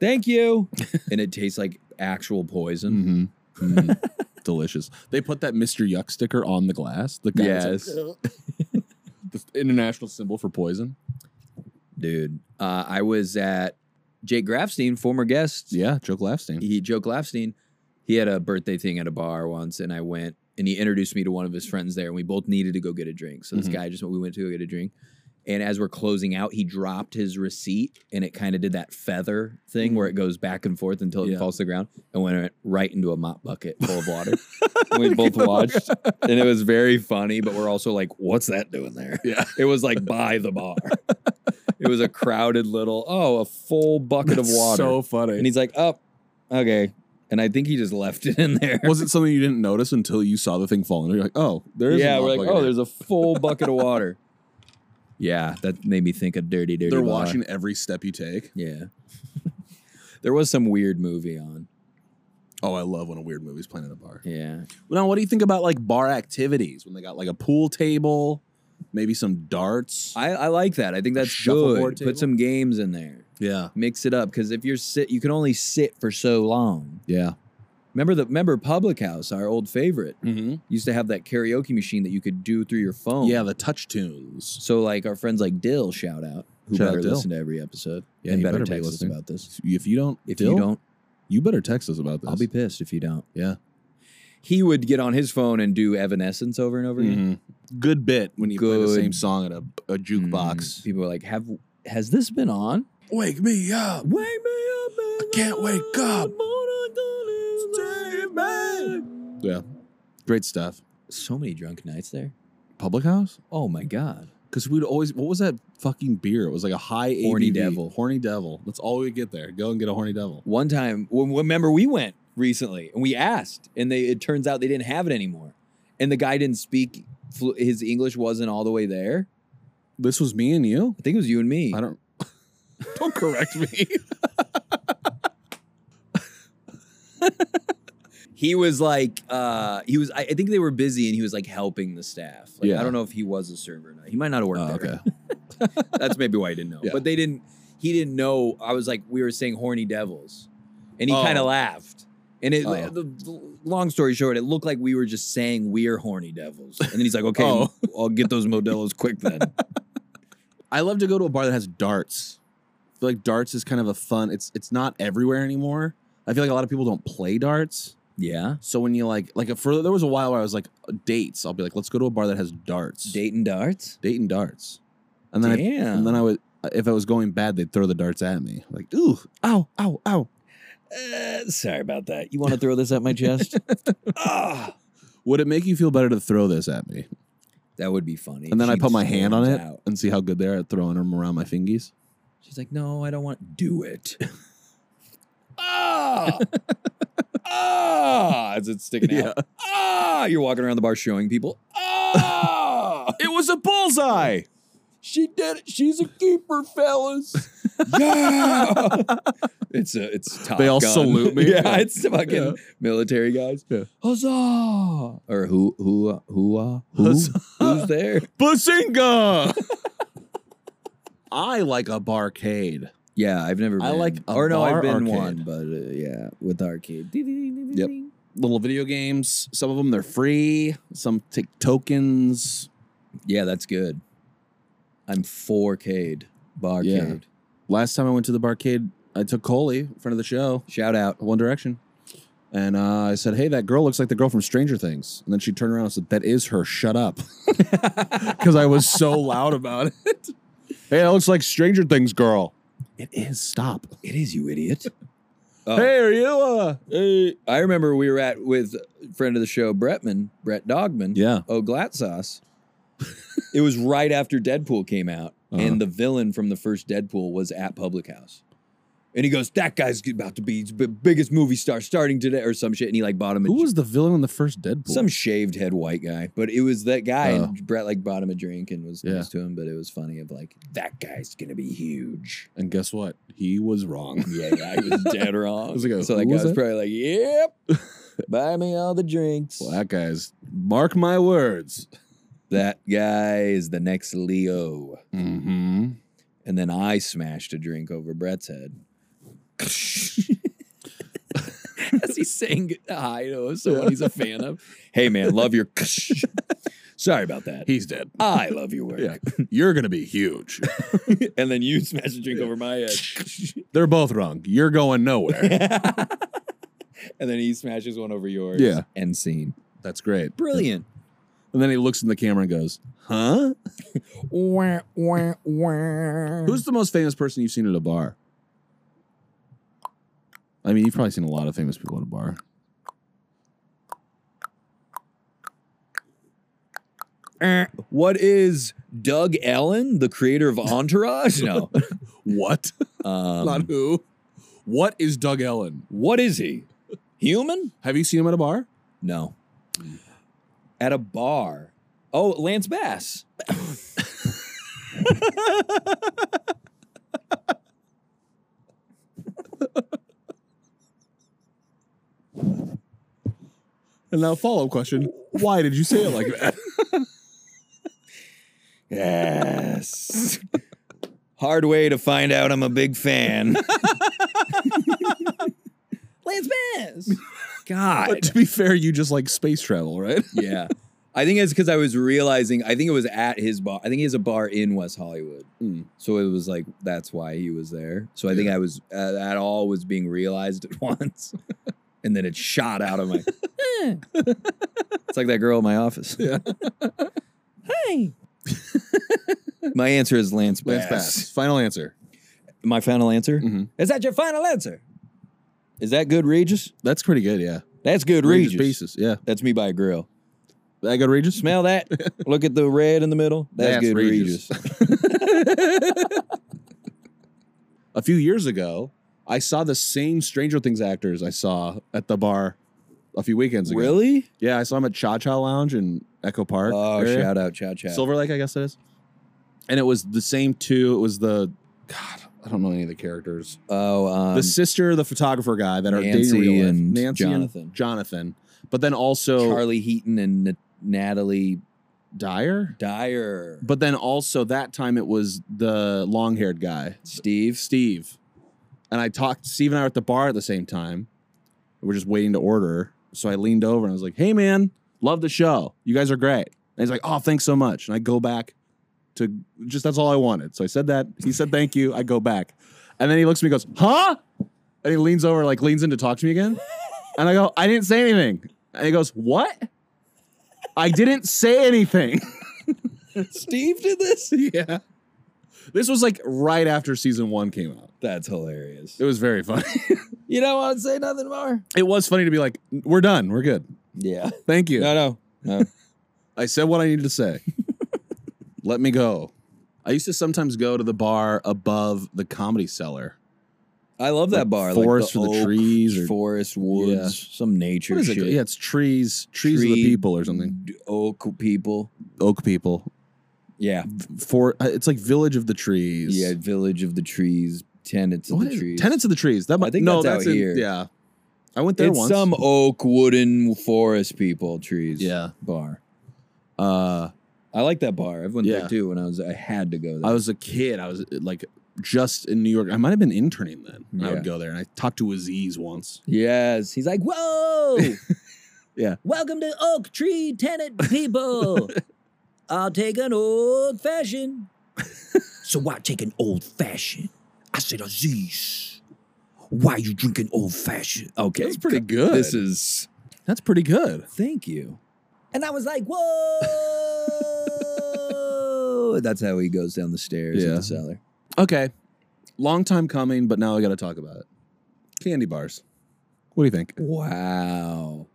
Speaker 1: Thank you. and it tastes like actual poison.
Speaker 2: Mm-hmm. Mm. Delicious. They put that Mr. Yuck sticker on the glass. The guy that's like, the international symbol for poison.
Speaker 1: Dude, uh, I was at Jake Grafstein, former guest.
Speaker 2: Yeah, Joe Glafstein.
Speaker 1: He, Joe Grafstein, he had a birthday thing at a bar once, and I went and he introduced me to one of his friends there, and we both needed to go get a drink. So this
Speaker 2: Mhm.
Speaker 1: guy just we went to go get a drink. And as we're closing out, he dropped his receipt and it kind of did that feather thing where it goes back and forth until it
Speaker 2: Mm-hmm. Yeah.
Speaker 1: falls to the ground and went right into a mop bucket full of water. And we both watched and it was very funny, but we're also like, what's that doing there?
Speaker 2: Yeah.
Speaker 1: It was like by the bar. it was a crowded little, oh, a full bucket of
Speaker 2: That's
Speaker 1: water.
Speaker 2: So funny.
Speaker 1: And he's like, "Up, okay." And I think he just left it in there.
Speaker 2: was it something you didn't notice until you saw the thing fall? And you're like, oh, there's
Speaker 1: yeah, we're like, "Oh, there's a full bucket of water." Yeah, that made me think of Dirty Dirty.
Speaker 2: they're
Speaker 1: Bar.
Speaker 2: watching every step you take.
Speaker 1: Yeah. there was some weird movie on.
Speaker 2: Oh, I love when a weird movie's playing at a bar.
Speaker 1: Yeah.
Speaker 2: Now, what do you think about like bar activities when they got like a pool table, maybe some darts?
Speaker 1: I, I like that. I think that's
Speaker 2: shuffleboard
Speaker 1: good.
Speaker 2: table?
Speaker 1: Put some games in there.
Speaker 2: yeah,
Speaker 1: Mix it up because if you're sit, you can only sit for so long.
Speaker 2: yeah.
Speaker 1: Remember the remember Public House, our old favorite,
Speaker 2: Mm-hmm.
Speaker 1: used to have that karaoke machine that you could do through your phone.
Speaker 2: Yeah, the touch tunes.
Speaker 1: So like our friends like Dill, shout out, who
Speaker 2: Shout out
Speaker 1: better
Speaker 2: Dill.
Speaker 1: listen to every episode
Speaker 2: Yeah,
Speaker 1: and
Speaker 2: you
Speaker 1: better,
Speaker 2: better be
Speaker 1: text us
Speaker 2: listening.
Speaker 1: about this.
Speaker 2: If you don't,
Speaker 1: If
Speaker 2: Dill,
Speaker 1: you don't,
Speaker 2: you better text us about this.
Speaker 1: I'll be pissed if you don't.
Speaker 2: Yeah.
Speaker 1: He would get on his phone and do Evanescence over and over again.
Speaker 2: Mm-hmm. Good bit when you play the
Speaker 1: Good.
Speaker 2: same song at a, a jukebox.
Speaker 1: Mm, Mm-hmm. people were like, "Have has this been on?
Speaker 2: Wake me up.
Speaker 1: Wake me up. I
Speaker 2: can't wake up. Yeah. Great stuff.
Speaker 1: So many drunk nights there.
Speaker 2: Public house?
Speaker 1: Oh my god.
Speaker 2: Because we'd always, what was that fucking beer? It was like a high
Speaker 1: Horny
Speaker 2: ABV.
Speaker 1: Devil.
Speaker 2: Horny devil. That's all we get there. Go and get a horny devil.
Speaker 1: One time, w- remember we went recently and we asked, and they it turns out they didn't have it anymore, and the guy didn't speak. flu- His English wasn't all the way there.
Speaker 2: This was me and you?
Speaker 1: I think it was you and me.
Speaker 2: I don't. don't correct me.
Speaker 1: He was like, uh, he was. I, I think they were busy, and he was like helping the staff. Like,
Speaker 2: Yeah.
Speaker 1: I don't know if he was a server or not. He might not have worked
Speaker 2: Oh,
Speaker 1: there.
Speaker 2: okay.
Speaker 1: That's maybe why he didn't know.
Speaker 2: Yeah.
Speaker 1: But they didn't. He didn't know. I was like, we were saying horny devils, and he
Speaker 2: Oh.
Speaker 1: kind of laughed. And it,
Speaker 2: Oh.
Speaker 1: the, the- long story short, it looked like we were just saying we're horny devils. And then he's like, okay,
Speaker 2: Oh.
Speaker 1: I'll get those Modelo's quick then.
Speaker 2: I love to go to a bar that has darts. I feel like darts is kind of a fun. It's it's not everywhere anymore. I feel like a lot of people don't play darts.
Speaker 1: yeah,
Speaker 2: So when you like like for there was a while where I was like uh, dates. I'll be like, let's go to a bar that has darts.
Speaker 1: Dayton darts.
Speaker 2: date and darts. And then I,
Speaker 1: Damn.
Speaker 2: and then I would uh, if I was going bad, they'd throw the darts at me. Like, ooh, ow, ow, ow.
Speaker 1: uh, sorry about that. You want to throw this at my chest? Ah,
Speaker 2: Would it make you feel better to throw this at me?
Speaker 1: that would be funny.
Speaker 2: And then I
Speaker 1: She
Speaker 2: put my hand on
Speaker 1: storms
Speaker 2: it
Speaker 1: out.
Speaker 2: and see how good they are at throwing them around my fingies.
Speaker 1: She's like, no, I don't want. Do it. ah, ah, as it's sticking out. Ah, you're walking around the bar showing people. Ah,
Speaker 2: It was a bullseye.
Speaker 1: she did it. She's a keeper, fellas. yeah, it's a it's top.
Speaker 2: They all
Speaker 1: Gun.
Speaker 2: salute me.
Speaker 1: yeah, it's fucking
Speaker 2: Yeah.
Speaker 1: military guys.
Speaker 2: Yeah.
Speaker 1: Huzzah! Or who who who uh, who
Speaker 2: Huzzah.
Speaker 1: who's there?
Speaker 2: Bazinga! I like a barcade.
Speaker 1: Yeah, I've never.
Speaker 2: I
Speaker 1: been.
Speaker 2: like a
Speaker 1: or no, I've
Speaker 2: bar
Speaker 1: been
Speaker 2: arcade.
Speaker 1: one, but uh, yeah, with arcade. Yep.
Speaker 2: Little video games. Some of them they're free. Some take tokens.
Speaker 1: Yeah, that's good. I'm 4K'd barcade.
Speaker 2: Yeah. Last time I went to the barcade, I took Coley, friend of the show,
Speaker 1: Shout out.
Speaker 2: One Direction, and uh, I said, "Hey, that girl looks like the girl from Stranger Things." And then she turned around and said, "That is her. Shut up," because I was so loud about it. Hey, that looks like Stranger Things girl. It is. Stop.
Speaker 1: It is you idiot. Oh.
Speaker 2: Hey, are you? Uh, hey.
Speaker 1: I remember we were at with friend of the show Bretman, Brett Dogman.
Speaker 2: Yeah.
Speaker 1: Oh, Glatt Sauce. it was right after Deadpool came out,
Speaker 2: Uh-huh.
Speaker 1: and the villain from the first Deadpool was at Public House. And he goes, "That guy's about to be the biggest movie star starting today, or some shit." And he like bought him a
Speaker 2: Who was the villain in the first Deadpool?
Speaker 1: some shaved head white guy, but it was that guy.
Speaker 2: Oh.
Speaker 1: And Brett like bought him a drink and was
Speaker 2: Yeah.
Speaker 1: nice to him, but it was funny of like that guy's gonna be huge.
Speaker 2: and guess what? He was wrong.
Speaker 1: Yeah, yeah, he was dead wrong.
Speaker 2: was like,
Speaker 1: so that
Speaker 2: "Who
Speaker 1: guy
Speaker 2: was
Speaker 1: was
Speaker 2: that?"
Speaker 1: probably like, "Yep, buy me all the drinks."
Speaker 2: Well, that guy's. Mark my words.
Speaker 1: That guy is the next Leo.
Speaker 2: Mm-hmm.
Speaker 1: And then I smashed a drink over Brett's head. As he's saying hi to someone he's a fan of. Hey man, love your. Sorry about that.
Speaker 2: He's dead.
Speaker 1: I love your work.
Speaker 2: Yeah. You're gonna be huge.
Speaker 1: and then you smash a drink over my head.
Speaker 2: They're both wrong. You're going nowhere.
Speaker 1: and then he smashes one over yours.
Speaker 2: Yeah.
Speaker 1: End scene.
Speaker 2: That's great.
Speaker 1: Brilliant.
Speaker 2: And then he looks in the camera and goes, "Huh?
Speaker 1: wah, wah, wah.
Speaker 2: Who's the most famous person you've seen at a bar?" I mean, you've probably seen a lot of famous people at a bar.
Speaker 1: what is Doug Allen, the creator of Entourage? No.
Speaker 2: What? Not
Speaker 1: Um,
Speaker 2: who. What is Doug Ellen?
Speaker 1: what is he? Human?
Speaker 2: Have you seen him at a bar?
Speaker 1: No. At a bar. Oh, Lance Bass.
Speaker 2: And now, follow up question: Why did you say it like that?
Speaker 1: Yes. Hard way to find out I'm a big fan. Lance Bass.
Speaker 2: But
Speaker 1: God.
Speaker 2: to be fair, you just like space travel, right?
Speaker 1: yeah. I think it's because I was realizing, I think it was at his bar. I think he has a bar in West Hollywood.
Speaker 2: Mm.
Speaker 1: So it was like, that's why he was there. So I think I was, uh, that all was being realized at once. and then it shot out of my.
Speaker 2: Hmm.
Speaker 1: it's like that girl in my office.
Speaker 2: Yeah.
Speaker 3: Hey.
Speaker 1: My answer is Lance Bass.
Speaker 2: Lance Bass. Final answer.
Speaker 1: My final answer?
Speaker 2: Mhm.
Speaker 1: Is that your final answer? Is that good, Regis?
Speaker 2: That's pretty good. Yeah.
Speaker 1: That's good, Regis.
Speaker 2: Pieces. Yeah.
Speaker 1: That's me by a grill.
Speaker 2: That good Regis.
Speaker 1: Smell that? Look at the red in the middle. That's,
Speaker 2: That's
Speaker 1: good, Regis.
Speaker 2: Regis. a few years ago, I saw the same Stranger Things actors I saw at the bar a few weekends ago.
Speaker 1: really?
Speaker 2: Yeah, I saw him at Cha Cha Lounge in Echo Park.
Speaker 1: Oh,
Speaker 2: area.
Speaker 1: shout out, Chow Chow.
Speaker 2: Silver Lake, I guess it is. And it was the same two. It was the God, I don't know any of the characters.
Speaker 1: oh, um,
Speaker 2: the sister, of the photographer guy that are
Speaker 1: Nancy
Speaker 2: dating real life.
Speaker 1: and
Speaker 2: Nancy
Speaker 1: Jonathan.
Speaker 2: and Jonathan. But then also
Speaker 1: Charlie Heaton and N- Natalie
Speaker 2: Dyer.
Speaker 1: Dyer.
Speaker 2: But then also that time it was the long haired guy.
Speaker 1: Steve.
Speaker 2: Steve. And I talked, Steve and I were at the bar at the same time. We are just waiting to order. So I leaned over and I was like, hey, man, love the show. You guys are great. And he's like, oh, thanks so much. And I go back to just, that's all I wanted. So I said that. He said, thank you. I go back. And then he looks at me and goes, huh? And he leans over, like, leans in to talk to me again. And I go, I didn't say anything. And he goes, what? I didn't say anything.
Speaker 1: Steve did this?
Speaker 2: yeah. This was like right after season one came out.
Speaker 1: That's hilarious.
Speaker 2: It was very funny.
Speaker 1: You don't want to say nothing more?
Speaker 2: it was funny to be like, we're done. We're good.
Speaker 1: Yeah.
Speaker 2: Thank you.
Speaker 1: No, no. No.
Speaker 2: I said what I needed to say. Let me go. I used to sometimes go to the bar above the comedy cellar.
Speaker 1: I love that
Speaker 2: Like
Speaker 1: bar.
Speaker 2: Forest
Speaker 1: like
Speaker 2: for the
Speaker 1: oak,
Speaker 2: trees or
Speaker 1: forest, woods, some nature
Speaker 2: what is it?
Speaker 1: shit.
Speaker 2: Yeah, it's trees, trees of
Speaker 1: Tree-
Speaker 2: the people or something.
Speaker 1: D- Oak people.
Speaker 2: Oak people.
Speaker 1: Yeah.
Speaker 2: For uh, it's like village of the trees.
Speaker 1: Yeah. Village of the trees, tenants of
Speaker 2: What
Speaker 1: the
Speaker 2: is it?
Speaker 1: trees.
Speaker 2: Tenants of the trees. That might,
Speaker 1: think
Speaker 2: no,
Speaker 1: that's out
Speaker 2: that's in-
Speaker 1: here.
Speaker 2: Yeah, I went there
Speaker 1: it's
Speaker 2: once.
Speaker 1: some oak, wooden, forest people trees.
Speaker 2: yeah.
Speaker 1: Bar.
Speaker 2: Uh,
Speaker 1: I like that bar. I went
Speaker 2: Yeah.
Speaker 1: there too when I was. I had to go there.
Speaker 2: I was a kid. I was uh, like just in New York. I might have been interning then. And I
Speaker 1: Yeah.
Speaker 2: would go there and I talked to Aziz once.
Speaker 1: yes. He's like, whoa.
Speaker 2: Yeah.
Speaker 1: Welcome to Oak Tree Tenant People. I'll take an old fashioned.
Speaker 6: So I take an old fashioned. I said, Aziz, why you drinking old fashioned?
Speaker 1: Okay.
Speaker 2: That's pretty good.
Speaker 1: This is.
Speaker 2: That's pretty good.
Speaker 1: Thank you. And I was like, whoa. That's how he goes down the stairs in
Speaker 2: Yeah.
Speaker 1: the cellar.
Speaker 2: Okay. Long time coming, but now I got to talk about it. Candy bars. What do you think?
Speaker 1: Wow.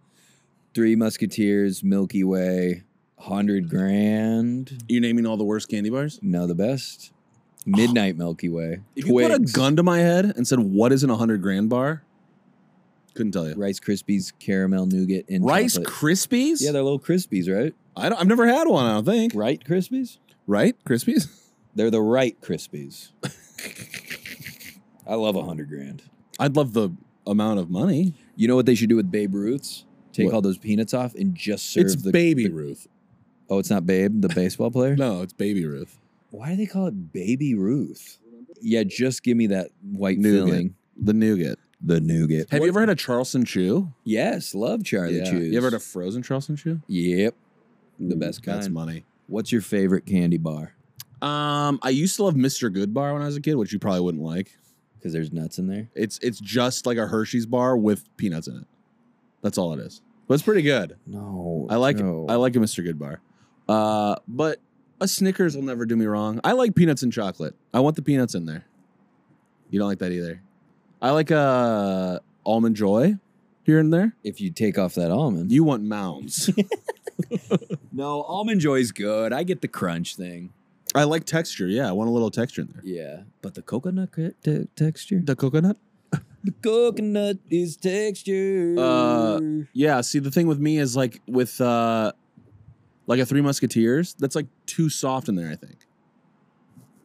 Speaker 1: Three Musketeers, Milky Way, 100 grand.
Speaker 2: You're naming all the worst candy bars?
Speaker 1: No, the best. Midnight Milky Way.
Speaker 2: If you put a
Speaker 1: Twix,
Speaker 2: gun to my head and said, what is an 100 grand bar? Couldn't tell you.
Speaker 1: Rice Krispies, caramel nougat, and
Speaker 2: Rice
Speaker 1: chocolate.
Speaker 2: Krispies?
Speaker 1: Yeah, they're little Krispies, right?
Speaker 2: I don't, I've never had one, I don't think.
Speaker 1: Right Krispies?
Speaker 2: Right? Krispies?
Speaker 1: They're the right Krispies. I love 100 grand.
Speaker 2: I'd love the amount of money.
Speaker 1: You know what they should do with Babe Ruth's? Take
Speaker 2: What?
Speaker 1: all those peanuts off and just serve
Speaker 2: it's
Speaker 1: the
Speaker 2: Baby
Speaker 1: the-
Speaker 2: Ruth.
Speaker 1: Oh, it's not Babe, the baseball player.
Speaker 2: No, it's Baby Ruth.
Speaker 1: Why do they call it Baby Ruth? Yeah, just give me that white
Speaker 2: Nougat.
Speaker 1: filling.
Speaker 2: The nougat.
Speaker 1: The nougat.
Speaker 2: Have you ever had a Charleston chew?
Speaker 1: Yes, love Charlie Chews.
Speaker 2: You ever had a frozen Charleston chew?
Speaker 1: Yep, the best
Speaker 2: Mm, That's
Speaker 1: kind.
Speaker 2: money.
Speaker 1: What's your favorite candy bar?
Speaker 2: Um, I used to love Mr. Good Bar when I was a kid, which you probably wouldn't like.
Speaker 1: Because there's nuts in there.
Speaker 2: It's it's just like a Hershey's bar with peanuts in it. That's all it is. But it's pretty good.
Speaker 1: No,
Speaker 2: I like
Speaker 1: no.
Speaker 2: I like a Mr. Good Bar. Uh, but a Snickers will never do me wrong. I like peanuts and chocolate. I want the peanuts in there. You don't like that either. I like uh almond joy here and there.
Speaker 1: If you take off that almond,
Speaker 2: You want mounds.
Speaker 1: no almond joy's good. I get the crunch thing.
Speaker 2: I like texture. Yeah, I want a little texture in there.
Speaker 1: Yeah, but the coconut c- te- texture.
Speaker 2: The coconut.
Speaker 1: The coconut is texture.
Speaker 2: Uh, Yeah, see the thing with me is like with uh like a Three Musketeers, that's like too soft in there, I think.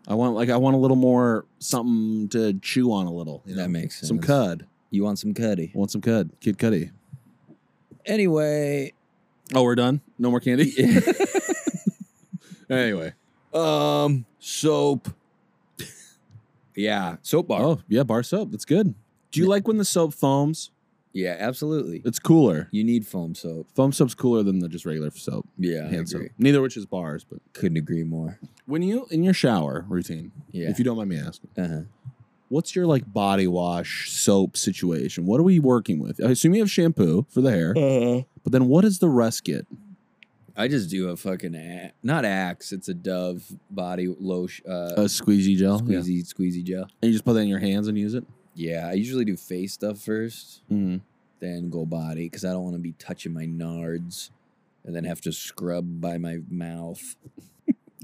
Speaker 2: I want like I want a little more something to chew on a little. You know?
Speaker 1: that makes sense.
Speaker 2: Some cud.
Speaker 1: You want some cuddy?
Speaker 2: I want some cud. Kid Cuddy.
Speaker 1: Anyway,
Speaker 2: Oh, we're done? No more candy? anyway.
Speaker 1: Um, soap. yeah, soap bar.
Speaker 2: Oh, yeah, bar soap. That's good. Do you like when the soap foams?
Speaker 1: Yeah, absolutely.
Speaker 2: It's cooler.
Speaker 1: You need foam soap.
Speaker 2: Foam soap's cooler than the just regular soap.
Speaker 1: Yeah,
Speaker 2: hand soap. Neither which is bars, but
Speaker 1: Couldn't agree more.
Speaker 2: when you in your shower routine,
Speaker 1: Yeah.
Speaker 2: if you don't mind me asking.
Speaker 1: uh-huh.
Speaker 2: What's your like body wash soap situation? What are we working with? I assume you have shampoo for the hair, but then what does the rest get?
Speaker 1: I just do a fucking a- not axe. It's a Dove body lotion,
Speaker 2: A
Speaker 1: uh,
Speaker 2: squeezy gel. yeah.
Speaker 1: squeezy squeezy gel.
Speaker 2: And you just put that in your hands and use it.
Speaker 1: Yeah, I usually do face stuff first,
Speaker 2: Mm.
Speaker 1: then go body because I don't want to be touching my nards and then have to scrub by my mouth.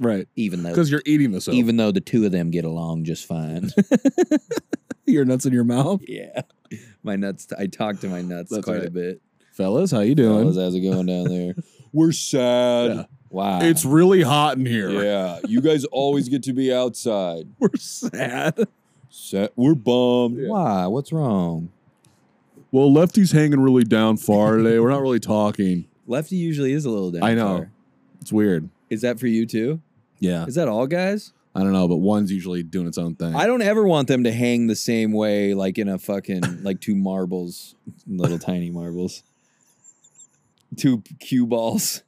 Speaker 2: Right.
Speaker 1: Even though,
Speaker 2: Because you're eating the soap.
Speaker 1: even though the two of them get along just fine.
Speaker 2: your nuts in your mouth.
Speaker 1: yeah, my nuts. I talk to my nuts
Speaker 2: That's
Speaker 1: quite a
Speaker 2: right.
Speaker 1: bit. Oh,
Speaker 2: Fellas, how you doing?
Speaker 1: Fellas, how's it going down there? We're sad.
Speaker 2: Yeah.
Speaker 1: Wow,
Speaker 2: It's really hot in here.
Speaker 1: yeah. You guys always get to be outside.
Speaker 2: We're sad.
Speaker 1: Set. We're bummed.
Speaker 2: Yeah.
Speaker 1: Why? What's wrong?
Speaker 2: Well, Lefty's hanging really down far today. We're not really talking.
Speaker 1: Lefty usually is a little down.
Speaker 2: I know.
Speaker 1: far.
Speaker 2: It's weird.
Speaker 1: Is that for you too?
Speaker 2: Yeah.
Speaker 1: Is that all guys?
Speaker 2: I don't know, but one's usually doing its own thing.
Speaker 1: I don't ever want them to hang the same way, like in a fucking like two marbles, little tiny marbles, two cue balls.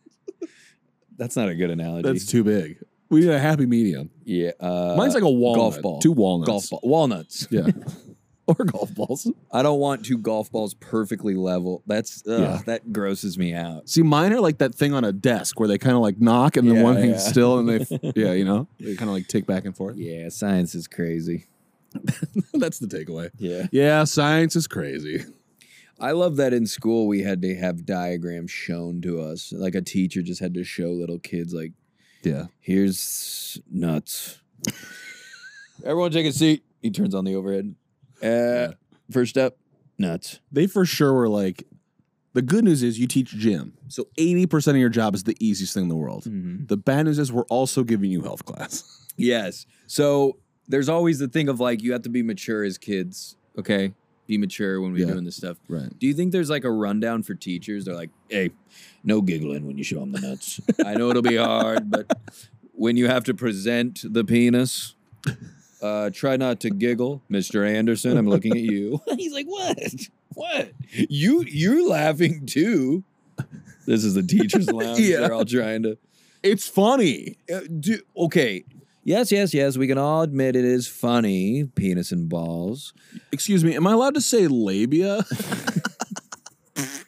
Speaker 1: That's not a good analogy.
Speaker 2: That's too big. We need a happy medium.
Speaker 1: yeah. Uh,
Speaker 2: Mine's like a walnut.
Speaker 1: ball.
Speaker 2: Two walnuts.
Speaker 1: golf ball walnuts.
Speaker 2: Yeah. or golf balls.
Speaker 1: I don't want two golf balls perfectly level. That's ugh,
Speaker 2: Yeah.
Speaker 1: that grosses me out.
Speaker 2: See, mine are like that thing on a desk where they kind of like knock and then
Speaker 1: Yeah,
Speaker 2: one
Speaker 1: yeah.
Speaker 2: thing's still and they, f- yeah, you know, they kind of like tick back and forth.
Speaker 1: Yeah, science is crazy.
Speaker 2: That's the takeaway.
Speaker 1: Yeah.
Speaker 2: Yeah, science is crazy.
Speaker 1: I love that in school we had to have diagrams shown to us. Like a teacher just had to show little kids, like,
Speaker 2: Yeah.
Speaker 1: here's nuts. Everyone take a seat. He turns on the overhead. Uh, First up, nuts.
Speaker 2: They for sure were like, the good news is you teach gym. So 80% of your job is the easiest thing in the world. The bad news is we're also giving you health class.
Speaker 1: Yes. So there's always the thing of like, you have to be mature as kids. Okay. Be mature when we're
Speaker 2: Yeah.
Speaker 1: doing this stuff.
Speaker 2: Right.
Speaker 1: Do you think there's like a rundown for teachers? They're like, hey, no giggling when you show them the nuts. I know it'll be hard, but when you have to present the penis, uh, try not to giggle, Mr. Anderson. I'm looking at you. He's like, what? What? You you're laughing too? This is the teachers' lounge.
Speaker 2: Yeah.
Speaker 1: They're all trying to.
Speaker 2: It's funny.
Speaker 1: Uh, do, okay. Yes, yes, yes. We can all admit it is funny, penis and balls.
Speaker 2: Excuse me, am I allowed to say labia?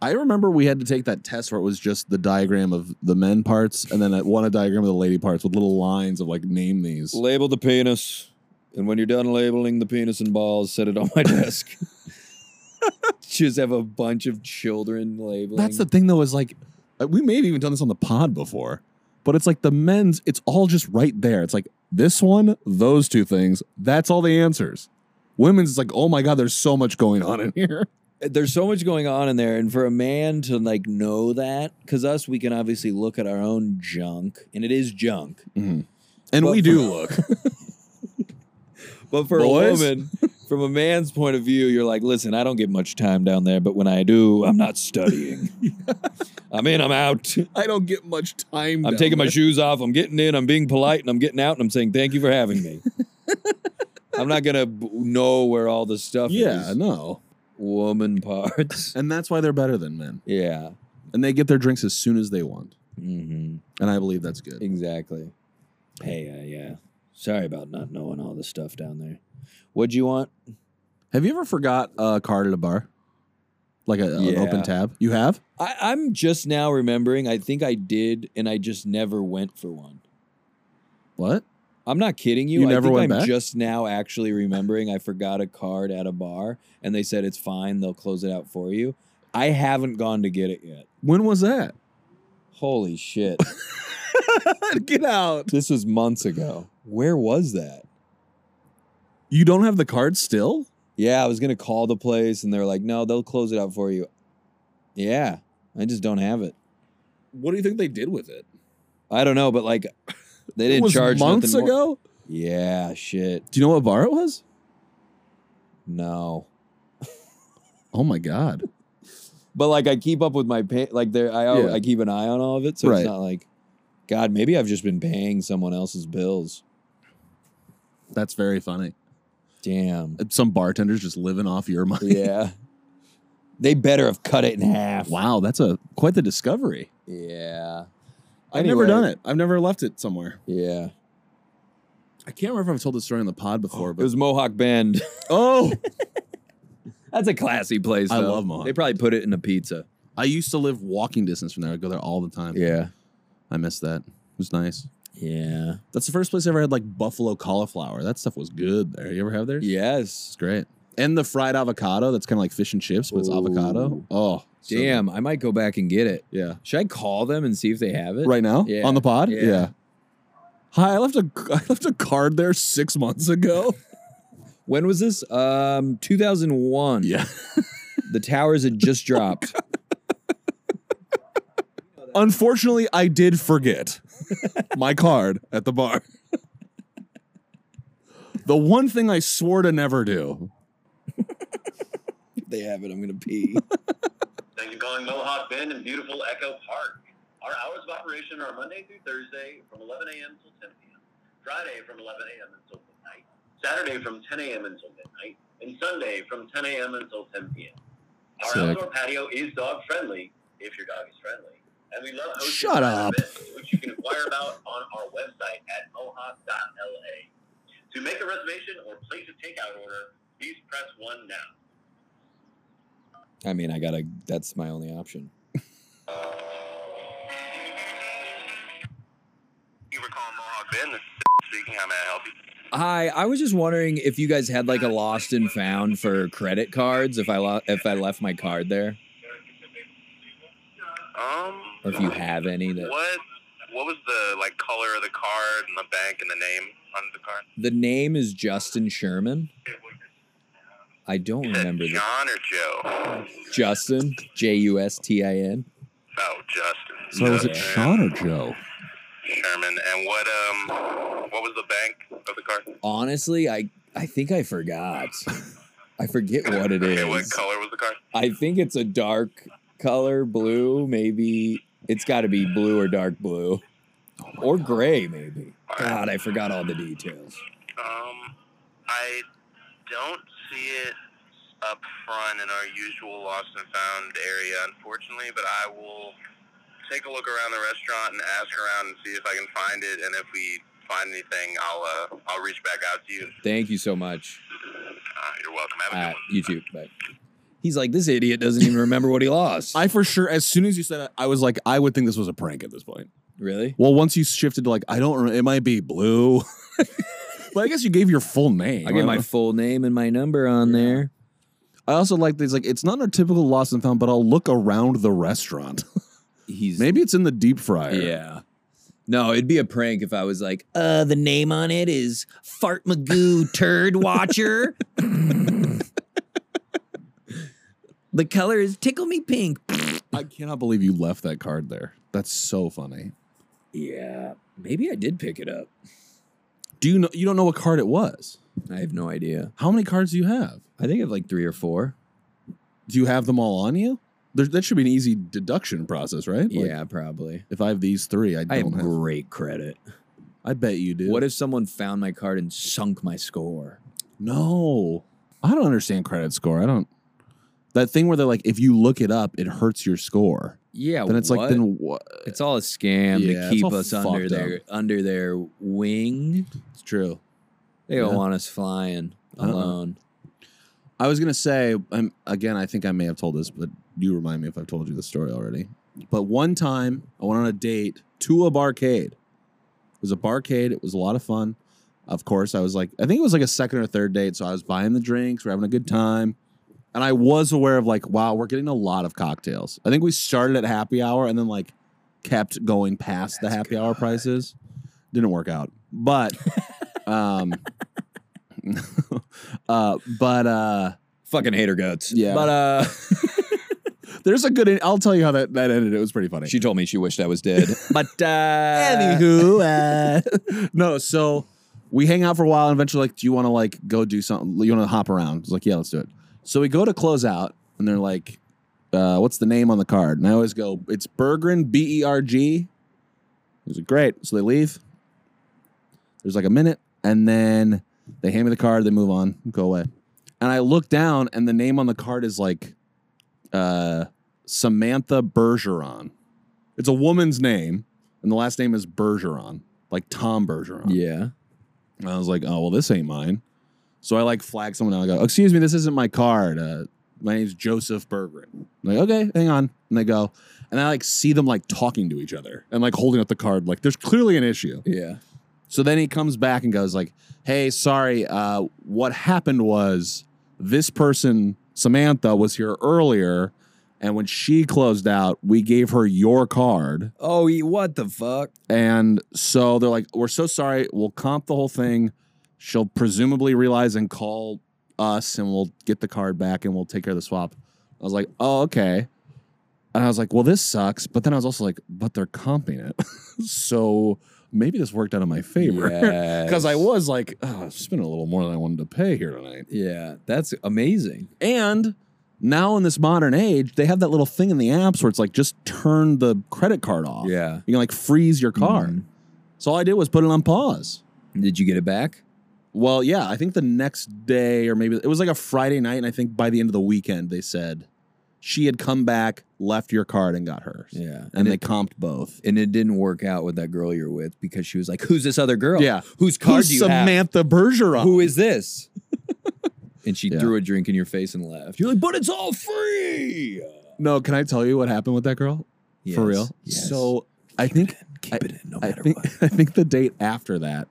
Speaker 2: I remember we had to take that test where it was just the diagram of the men parts and then I one a diagram of the lady parts with little lines of like name these.
Speaker 1: Label the penis, and when you're done labeling the penis and balls, set it on my desk. Just have a bunch of children labeling.
Speaker 2: That's the thing though is like uh, we may have even done this on the pod before, but it's like the men's it's all just right there. It's like this one, those two things, that's all the answers. Women's it's like, "Oh my god, there's so much going on in here."
Speaker 1: There's so much going on in there, and for a man to like know that, because us we can obviously look at our own junk, and it is junk.
Speaker 2: And
Speaker 1: But
Speaker 2: we
Speaker 1: for-
Speaker 2: do look.
Speaker 1: But for
Speaker 2: Boys?
Speaker 1: a woman, from a man's point of view, you're like, listen, I don't get much time down there, but when I do, I'm not studying. I'm in, I'm out.
Speaker 2: I don't get much time.
Speaker 1: I'm
Speaker 2: down
Speaker 1: taking my
Speaker 2: there.
Speaker 1: shoes off. I'm getting in. I'm being polite, and I'm getting out, and I'm saying thank you for having me. I'm not gonna b- know where all the stuff
Speaker 2: Yeah,
Speaker 1: is.
Speaker 2: no.
Speaker 1: Woman parts.
Speaker 2: And that's why they're better than men.
Speaker 1: yeah.
Speaker 2: And they get their drinks as soon as they want.
Speaker 1: hmm
Speaker 2: And I believe that's good.
Speaker 1: Exactly. Hey, uh, yeah. Sorry about not knowing all the stuff down there. What'd you want?
Speaker 2: Have you ever forgot a card at a bar? Like a, an
Speaker 1: Yeah.
Speaker 2: open tab? You have?
Speaker 1: I, I'm just now remembering. I think I did, and I just never went for one.
Speaker 2: What?
Speaker 1: I'm not kidding you.
Speaker 2: You never
Speaker 1: I think
Speaker 2: went
Speaker 1: I'm
Speaker 2: back?
Speaker 1: just now actually remembering I forgot a card at a bar and they said it's fine, they'll close it out for you. I haven't gone to get it yet.
Speaker 2: When was that?
Speaker 1: Holy shit.
Speaker 2: get out.
Speaker 1: this was months ago. Where was that?
Speaker 2: You don't have the card still?
Speaker 1: Yeah, I was going to call the place and they're like, "No, they'll close it out for you." Yeah, I just don't have it.
Speaker 2: What do you think they did with it?
Speaker 1: I don't know, but like they
Speaker 2: It
Speaker 1: didn't
Speaker 2: was
Speaker 1: charge
Speaker 2: months
Speaker 1: nothing
Speaker 2: ago?
Speaker 1: More. Yeah, shit.
Speaker 2: Do you know what bar it was?
Speaker 1: No.
Speaker 2: Oh my god.
Speaker 1: But like I keep up with my pay, like there I al-
Speaker 2: Yeah.
Speaker 1: I keep an eye on all of it, so
Speaker 2: Right.
Speaker 1: it's not like, God, maybe I've just been paying someone else's bills.
Speaker 2: That's very funny.
Speaker 1: Damn.
Speaker 2: Some bartenders just living off your money.
Speaker 1: yeah. They better have cut it in half.
Speaker 2: Wow, that's a quite the discovery.
Speaker 1: Yeah.
Speaker 2: I've never
Speaker 1: Anyway.
Speaker 2: done it. I've never left it somewhere.
Speaker 1: Yeah.
Speaker 2: I can't remember if I've told this story on the pod before,
Speaker 1: It was Mohawk Bend.
Speaker 2: oh,
Speaker 1: That's a classy place.
Speaker 2: I
Speaker 1: though.
Speaker 2: love Mohawk
Speaker 1: They probably put it in a pizza.
Speaker 2: I used to live walking distance from there. I'd go there all the time.
Speaker 1: Yeah.
Speaker 2: I miss that. It was nice.
Speaker 1: Yeah.
Speaker 2: That's the first place I ever had like buffalo cauliflower. That stuff was good there. You ever have theirs? It's
Speaker 1: Yes.
Speaker 2: great. And the fried avocado that's kind of like fish and chips, but it's avocado.
Speaker 1: Ooh.
Speaker 2: Oh, so-
Speaker 1: Damn, I might go back and get it.
Speaker 2: Yeah.
Speaker 1: Should I call them and see if they have it?
Speaker 2: Right now
Speaker 1: Yeah.
Speaker 2: on the pod?
Speaker 1: Yeah.
Speaker 2: Hi, I left a I left a card there six months ago.
Speaker 1: When was this? Um, 2001. The towers had just dropped.
Speaker 2: Unfortunately, I did forget my card at the bar. the one thing I swore to never do.
Speaker 1: If they have it. I'm gonna pee.
Speaker 7: Thank you for calling Mohawk Bend in beautiful Echo Park. Our hours of operation are Monday through Thursday from 11 a.m. till 10 p.m., Friday from 11 a.m. until midnight, Saturday from 10 a.m. until midnight, and Sunday from 10 a.m. until 10 p.m. Our
Speaker 2: Sick.
Speaker 7: outdoor patio is dog friendly if your dog is friendly. And we love hosting
Speaker 2: Shut up.
Speaker 7: private events, which you can inquire about on our website at mohawk.la. To make a reservation or place a takeout order, please press 1 now.
Speaker 1: I mean, I gotta. That's my only option.
Speaker 7: You were calling Mohawk Bend. This is speaking. How may I help you?
Speaker 1: Hi, I was just wondering if you guys had like a lost and found for credit cards. If I lo- if I left my card there,
Speaker 7: Um.
Speaker 1: or if you have any that
Speaker 7: What? What was the like color of the card and the bank and the name on the card?
Speaker 1: the name is Justin Sherman. I don't
Speaker 7: You said
Speaker 1: remember the
Speaker 7: John or Joe?
Speaker 1: Justin J U S T I N.
Speaker 7: Oh, Justin.
Speaker 2: So was it
Speaker 7: Justin
Speaker 2: Sean or Joe?
Speaker 7: Sherman. And what? Um. What was the bank of the card?
Speaker 1: Honestly, I I think I forgot. I forget what it
Speaker 7: Okay. What
Speaker 1: is.
Speaker 7: color was the card?
Speaker 1: I think it's a dark color, blue. Maybe it's got to be blue or dark blue, or gray. Maybe. God, I forgot all the details.
Speaker 7: Um. I don't see it up front in our usual lost and found area, unfortunately, but I will take a look around the restaurant and ask around and see if I can find it. And if we find anything, I'll uh, I'll reach back out to you.
Speaker 1: Thank you so much.
Speaker 7: Uh, you're welcome. Have a
Speaker 1: Uh,
Speaker 7: good one.
Speaker 1: you too. Bye. He's like, this idiot doesn't even remember what he lost.
Speaker 2: I for sure, as soon as you said it, I was like, I would think this was a prank at this point.
Speaker 1: really?
Speaker 2: Well, once you shifted to like, I don't remember, it might be blue. but I guess you gave your full name.
Speaker 1: I get my
Speaker 2: don't
Speaker 1: full name and my number on there.
Speaker 2: know. I also like that he's like, it's not our typical lost and found, but I'll look around the restaurant.
Speaker 1: He's
Speaker 2: Maybe it's in the deep fryer.
Speaker 1: yeah. No, it'd be a prank if I was like,
Speaker 3: Uh, the name on it is Fart Magoo Turd Watcher. the color is Tickle Me Pink.
Speaker 2: I cannot believe you left that card there. That's so funny.
Speaker 1: yeah, maybe I did pick it up.
Speaker 2: Do you know you don't know what card it was?
Speaker 1: I have no idea.
Speaker 2: How many cards do you have?
Speaker 1: I think I have like three or four.
Speaker 2: Do you have them all on you? There, that should be an easy deduction process, right? Like,
Speaker 1: yeah, probably.
Speaker 2: If I have these three, I
Speaker 1: I have
Speaker 2: don't have.
Speaker 1: great credit.
Speaker 2: I bet you do.
Speaker 1: What if someone found my card and sunk my score?
Speaker 2: No, I don't understand credit score. I don't. That thing where they're like, if you look it up, it hurts your score.
Speaker 1: Yeah,
Speaker 2: Then it's like,
Speaker 1: what?
Speaker 2: then what?
Speaker 1: it's all a scam
Speaker 2: Yeah,
Speaker 1: to
Speaker 2: it's
Speaker 1: keep
Speaker 2: all
Speaker 1: us under
Speaker 2: fucked
Speaker 1: their under their wing.
Speaker 2: It's true.
Speaker 1: They don't
Speaker 2: Yeah.
Speaker 1: want us flying
Speaker 2: Uh-uh.
Speaker 1: alone.
Speaker 2: I was gonna say, um, again, I think I may have told this, but you remind me if I've told you the story already. But one time, I went on a date to a barcade. It was a barcade. It was a lot of fun. Of course, I was like, I think it was like a second or third date, so I was buying the drinks. We're having a good time, and I was aware of like, wow, we're getting a lot of cocktails. I think we started at happy hour and then like kept going past the happy hour prices. Didn't work out, but. um uh but uh
Speaker 1: Fucking hater goats.
Speaker 2: Yeah.
Speaker 1: But uh
Speaker 2: There's a good. I'll tell you how that, that ended. It was pretty funny.
Speaker 1: she told me she wished I was dead. but uh
Speaker 2: Anywho, uh, no. So we hang out for a while, and eventually, like, do you want to like go do something? You want to hop around? It's like, yeah, let's do it. So we go to close out, and they're like, uh, "What's the name on the card?" And I always go, "It's Bergren, B E R G." It was like, great. So they leave. There's like a minute, and then they hand me the card. They move on, go away. And I look down, and the name on the card is like uh, Samantha Bergeron. It's a woman's name, and the last name is Bergeron, like Tom Bergeron.
Speaker 1: Yeah.
Speaker 2: And I was like, oh, well, this ain't mine. So I like flag someone out. I go, excuse me, this isn't my card. Uh, my name's Joseph Bergeron. I'm like, okay, hang on. And they go, and I like see them like talking to each other and like holding up the card. Like, there's clearly an issue.
Speaker 1: Yeah.
Speaker 2: So then he comes back and goes like, "Hey, sorry. Uh, what happened was this person, Samantha, was here earlier, and when she closed out, we gave her your card,
Speaker 1: Oh, he- what the fuck?
Speaker 2: and so they're like, we're so sorry. We'll comp the whole thing. She'll presumably realize and call us, and we'll get the card back, and we'll take care of the swap." I was like, "Oh, okay." And I was like, well, this sucks. But then I was also like, but they're comping it. so maybe this worked out in my favor. because I
Speaker 1: Yes.
Speaker 2: was like, oh, I spent a little more than I wanted to pay here tonight.
Speaker 1: Yeah, that's amazing.
Speaker 2: And now in this modern age, they have that little thing in the apps where it's like just turn the credit card off.
Speaker 1: Yeah.
Speaker 2: You can like freeze your card.
Speaker 1: Mhm.
Speaker 2: So all I did was put it on pause.
Speaker 1: Did you get it back?
Speaker 2: Well, yeah, I think the next day or maybe it was like a Friday night, and I think by the end of the weekend they said she had come back, left your card, and got hers.
Speaker 1: Yeah.
Speaker 2: And
Speaker 1: And
Speaker 2: they
Speaker 1: it,
Speaker 2: comped both.
Speaker 1: and it didn't work out with that girl you're with because she was like, "Who's this other girl?
Speaker 2: Yeah.
Speaker 1: Whose card
Speaker 2: Who's
Speaker 1: do you have?
Speaker 2: Samantha Bergeron?
Speaker 1: Who is this?" and she
Speaker 2: Yeah.
Speaker 1: threw a drink in your face and laughed. You're like, "But it's all free."
Speaker 2: no, can I tell you what happened with that girl? For
Speaker 1: Yes,
Speaker 2: real?
Speaker 1: yes.
Speaker 2: So I think
Speaker 1: keep it in no
Speaker 2: I
Speaker 1: matter
Speaker 2: think
Speaker 1: what.
Speaker 2: I think the date after that,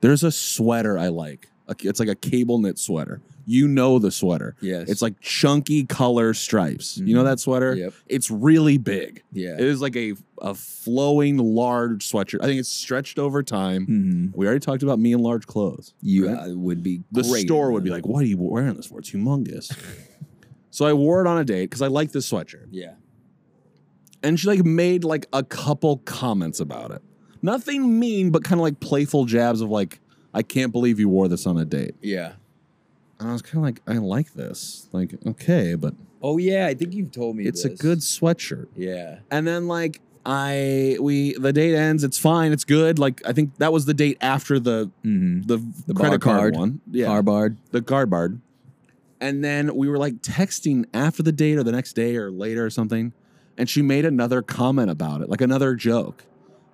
Speaker 2: there's a sweater I like. A- It's like a cable knit sweater. You know the sweater.
Speaker 1: Yes.
Speaker 2: It's like chunky color stripes. You know
Speaker 1: Mhm.
Speaker 2: that sweater?
Speaker 1: Yep.
Speaker 2: It's really big.
Speaker 1: Yeah.
Speaker 2: It is like a a flowing large sweatshirt. I think it's stretched over time.
Speaker 3: Hmm.
Speaker 1: Mhm.
Speaker 2: We already talked about me in large clothes.
Speaker 1: You
Speaker 2: right?
Speaker 1: uh, would be
Speaker 2: the
Speaker 1: great
Speaker 2: store
Speaker 1: in
Speaker 2: would be
Speaker 1: that.
Speaker 2: like, "What are you wearing this for? It's humongous." so I wore it on a date because I like this sweatshirt
Speaker 1: "Yeah,
Speaker 2: and she like made like a couple comments about it. Nothing mean, but kind of like playful jabs of like, I can't believe you wore this on a date.
Speaker 1: yeah."
Speaker 2: And I was kind of like, I like this. Like, okay, but
Speaker 1: Oh yeah, I think you've told me
Speaker 2: it's a
Speaker 1: this.
Speaker 2: good sweatshirt.
Speaker 1: Yeah.
Speaker 2: And then like I we the date ends, it's fine, it's good. Like I think that was the date after the
Speaker 1: Mm-hmm.
Speaker 2: the,
Speaker 1: The
Speaker 2: credit
Speaker 1: bar
Speaker 2: card
Speaker 1: card.
Speaker 2: one. Yeah.
Speaker 1: Harbard.
Speaker 2: the guard bard. And then we were like texting after the date or the next day or later or something. And she made another comment about it, like another joke.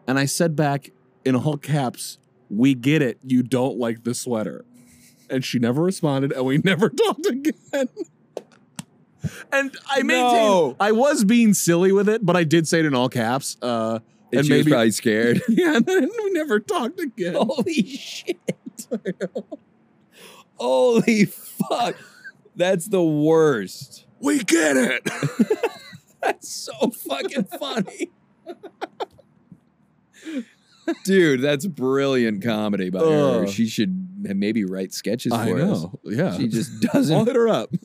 Speaker 2: And I said back in all caps, We get it. You don't like the sweater. And she never responded and we never talked again. And I maintain
Speaker 1: No.
Speaker 2: I was being silly with it, but I did say it in all caps. Uh,
Speaker 1: And,
Speaker 2: and
Speaker 1: she was
Speaker 2: maybe
Speaker 1: probably scared.
Speaker 2: yeah, and then we never talked again.
Speaker 1: Holy shit. Holy fuck. That's the worst.
Speaker 2: We get it.
Speaker 1: That's so fucking funny. Dude, that's brilliant comedy by her.
Speaker 2: Ugh.
Speaker 1: She should maybe write sketches for
Speaker 2: I
Speaker 1: us.
Speaker 2: know. Yeah.
Speaker 1: She just
Speaker 2: I'll
Speaker 1: doesn't.
Speaker 2: hit her up.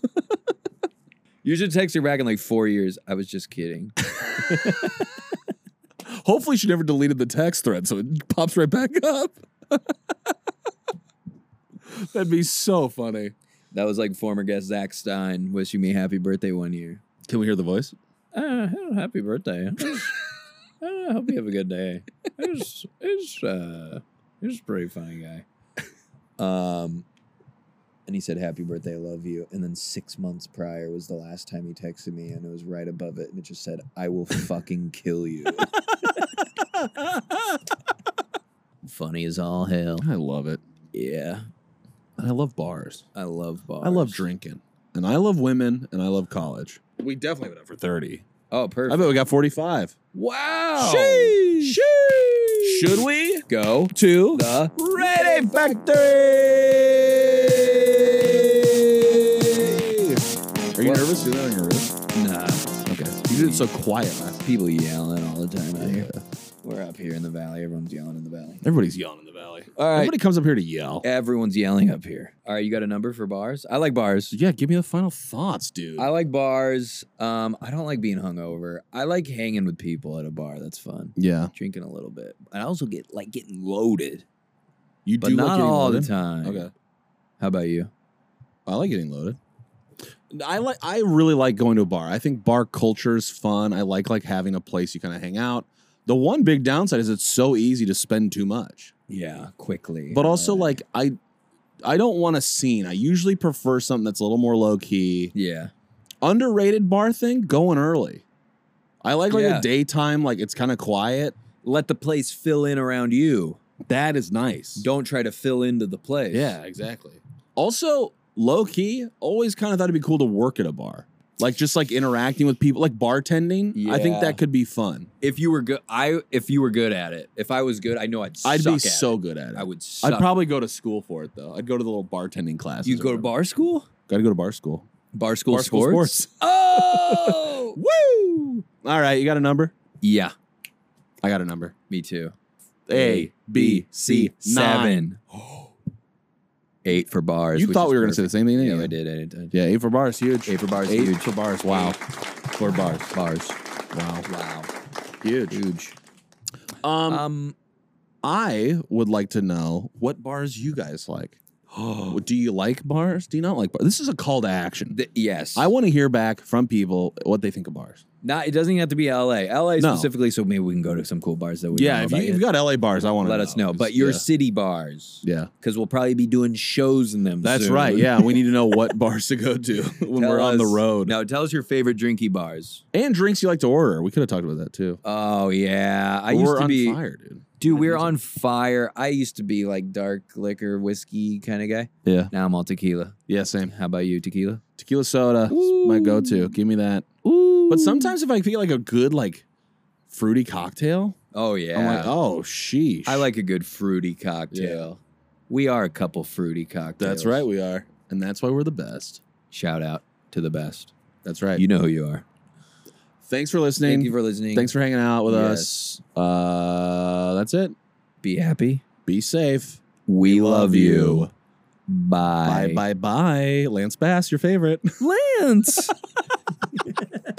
Speaker 1: You should text her back in like four years. I was just kidding.
Speaker 2: Hopefully, she never deleted the text thread, so it pops right back up. That'd be so funny.
Speaker 1: That was like former guest Zach Stein wishing me happy birthday one year.
Speaker 2: Can we hear the voice?
Speaker 1: Uh, happy birthday. I, just- I hope you have a good day. It's it's uh it's a pretty funny guy. Um and he said happy birthday, I love you. And then six months prior was the last time he texted me, and it was right above it, and it just said, I will fucking kill you.
Speaker 3: Funny as all hell.
Speaker 2: I love it.
Speaker 1: yeah.
Speaker 2: And I love bars.
Speaker 1: I love bars.
Speaker 2: I love drinking. And I love women. And I love college. We definitely went up for 30.
Speaker 1: Oh,
Speaker 2: I
Speaker 1: perfect.
Speaker 2: bet we got 45.
Speaker 1: wow.
Speaker 2: Sheesh. Should we
Speaker 1: Go
Speaker 2: to
Speaker 1: the
Speaker 2: Ready Factory? Are you
Speaker 1: What?
Speaker 2: nervous? Do that on your wrist.
Speaker 1: Nah.
Speaker 2: Okay. You did it so quiet last
Speaker 1: People yelling all the time out here. We're up here in the valley. Everyone's yelling in the valley.
Speaker 2: Everybody's yelling in the valley.
Speaker 1: All right.
Speaker 2: Everybody comes up here to yell.
Speaker 1: Everyone's yelling up here. All right, you got a number for bars? I like bars.
Speaker 2: Yeah, give me the final thoughts, dude.
Speaker 1: I like bars. Um, I don't like being hungover. I like hanging with people at a bar. That's fun.
Speaker 2: yeah,
Speaker 1: Drinking a little bit. And I also get like getting loaded,
Speaker 2: you
Speaker 1: but
Speaker 2: do like
Speaker 1: not
Speaker 2: getting
Speaker 1: all
Speaker 2: loaded.
Speaker 1: the time.
Speaker 2: Okay,
Speaker 1: How about you?
Speaker 2: I like getting loaded. I like. I really like going to a bar. I think bar culture is fun. I like like having a place you kind of hang out. The one big downside is it's so easy to spend too much.
Speaker 1: Yeah, quickly.
Speaker 2: But also,
Speaker 1: Uh,
Speaker 2: like I, I don't want a scene. I usually prefer something that's a little more low key.
Speaker 1: yeah,
Speaker 2: Underrated bar thing going early. I like like
Speaker 1: Yeah.
Speaker 2: a daytime. Like it's kind of quiet.
Speaker 1: let the place fill in around you.
Speaker 2: That is nice.
Speaker 1: Don't try to fill into the place.
Speaker 2: Yeah, exactly. Also, low key, always kind of thought it'd be cool to work at a bar. Like just like interacting with people, like bartending. I
Speaker 1: Yeah.
Speaker 2: think that could be fun.
Speaker 1: If you were good, I if you were good at it, if I was good, I know I'd.
Speaker 2: I'd
Speaker 1: suck
Speaker 2: be
Speaker 1: at
Speaker 2: so
Speaker 1: It.
Speaker 2: good at it.
Speaker 1: I would.
Speaker 2: I'd
Speaker 1: Suck.
Speaker 2: probably go to school for it though. I'd go to the little bartending classes.
Speaker 1: You
Speaker 2: or
Speaker 1: go to
Speaker 2: whatever.
Speaker 1: bar school?
Speaker 2: Gotta go to bar school.
Speaker 1: Bar school
Speaker 2: bar
Speaker 1: sports? Oh,
Speaker 2: Woo! All right, you got a number?
Speaker 1: yeah.
Speaker 2: I got a number.
Speaker 1: Me too.
Speaker 2: A B C
Speaker 1: seven.
Speaker 2: nine.
Speaker 1: Eight for bars.
Speaker 2: You
Speaker 1: which
Speaker 2: thought
Speaker 1: is
Speaker 2: we were going to say the
Speaker 1: perfect.
Speaker 2: same thing. didn't
Speaker 1: Yeah,
Speaker 2: you?
Speaker 1: I did. I did.
Speaker 2: Yeah, eight for bars, huge.
Speaker 1: Eight for bars,
Speaker 2: Eight
Speaker 1: huge.
Speaker 2: for bars. Wow,
Speaker 1: Four bars. Bars.
Speaker 2: wow,
Speaker 1: Wow.
Speaker 2: huge.
Speaker 1: Huge.
Speaker 2: Um,
Speaker 1: Um.
Speaker 2: I would like to know what bars you guys like.
Speaker 1: Oh.
Speaker 2: Do you like bars? Do you not like bars? This is a call to action.
Speaker 1: th- yes.
Speaker 2: I want to hear back from people what they think of bars.
Speaker 1: Not. It doesn't even have to be L.A. L.A.
Speaker 2: No.
Speaker 1: specifically. So maybe we can go to some cool bars that we.
Speaker 2: yeah,
Speaker 1: don't
Speaker 2: if
Speaker 1: know
Speaker 2: you,
Speaker 1: about
Speaker 2: if
Speaker 1: yet.
Speaker 2: you got LA bars, I want to
Speaker 1: let us know. But
Speaker 2: Just-
Speaker 1: your
Speaker 2: yeah.
Speaker 1: city bars,
Speaker 2: yeah,
Speaker 1: because we'll probably be doing shows in them.
Speaker 2: that's
Speaker 1: soon.
Speaker 2: right. Yeah, we need to know what bars to go to when
Speaker 1: Tell
Speaker 2: we're on the
Speaker 1: us-
Speaker 2: road
Speaker 1: Now tell us your favorite drinky bars.
Speaker 2: and drinks you like to order. We could have talked about that too.
Speaker 1: Oh yeah, I
Speaker 2: We're
Speaker 1: used to
Speaker 2: on
Speaker 1: be
Speaker 2: fire, dude.
Speaker 1: dude. We're on fire. I used to be like dark liquor whiskey kind of guy.
Speaker 2: Yeah,
Speaker 1: Now I'm all tequila.
Speaker 2: yeah, same.
Speaker 1: How about you, tequila?
Speaker 2: Tequila soda, is my go-to. Give me that. But sometimes if I feel like a good like fruity cocktail,
Speaker 1: Oh yeah,
Speaker 2: I'm like, oh sheesh.
Speaker 1: I like a good fruity cocktail. We are a couple fruity cocktails.
Speaker 2: That's right, we are, and that's why we're the best.
Speaker 1: Shout out to the best.
Speaker 2: That's right.
Speaker 1: You know who you are.
Speaker 2: Thanks for listening.
Speaker 1: Thank you for listening.
Speaker 2: Thanks for hanging out with
Speaker 1: Yes.
Speaker 2: us. Uh, that's it.
Speaker 1: Be happy.
Speaker 2: Be safe.
Speaker 1: We, love, you.
Speaker 2: Bye, bye, bye. Lance Bass, your favorite.
Speaker 1: Lance.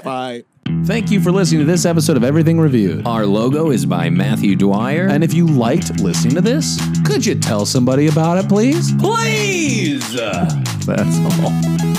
Speaker 2: bye. Thank you for listening to this episode of Everything Reviewed.
Speaker 1: Our logo is by Matthew Dwyer.
Speaker 2: And if you liked listening to this, could you tell somebody about it, please? Please! That's all.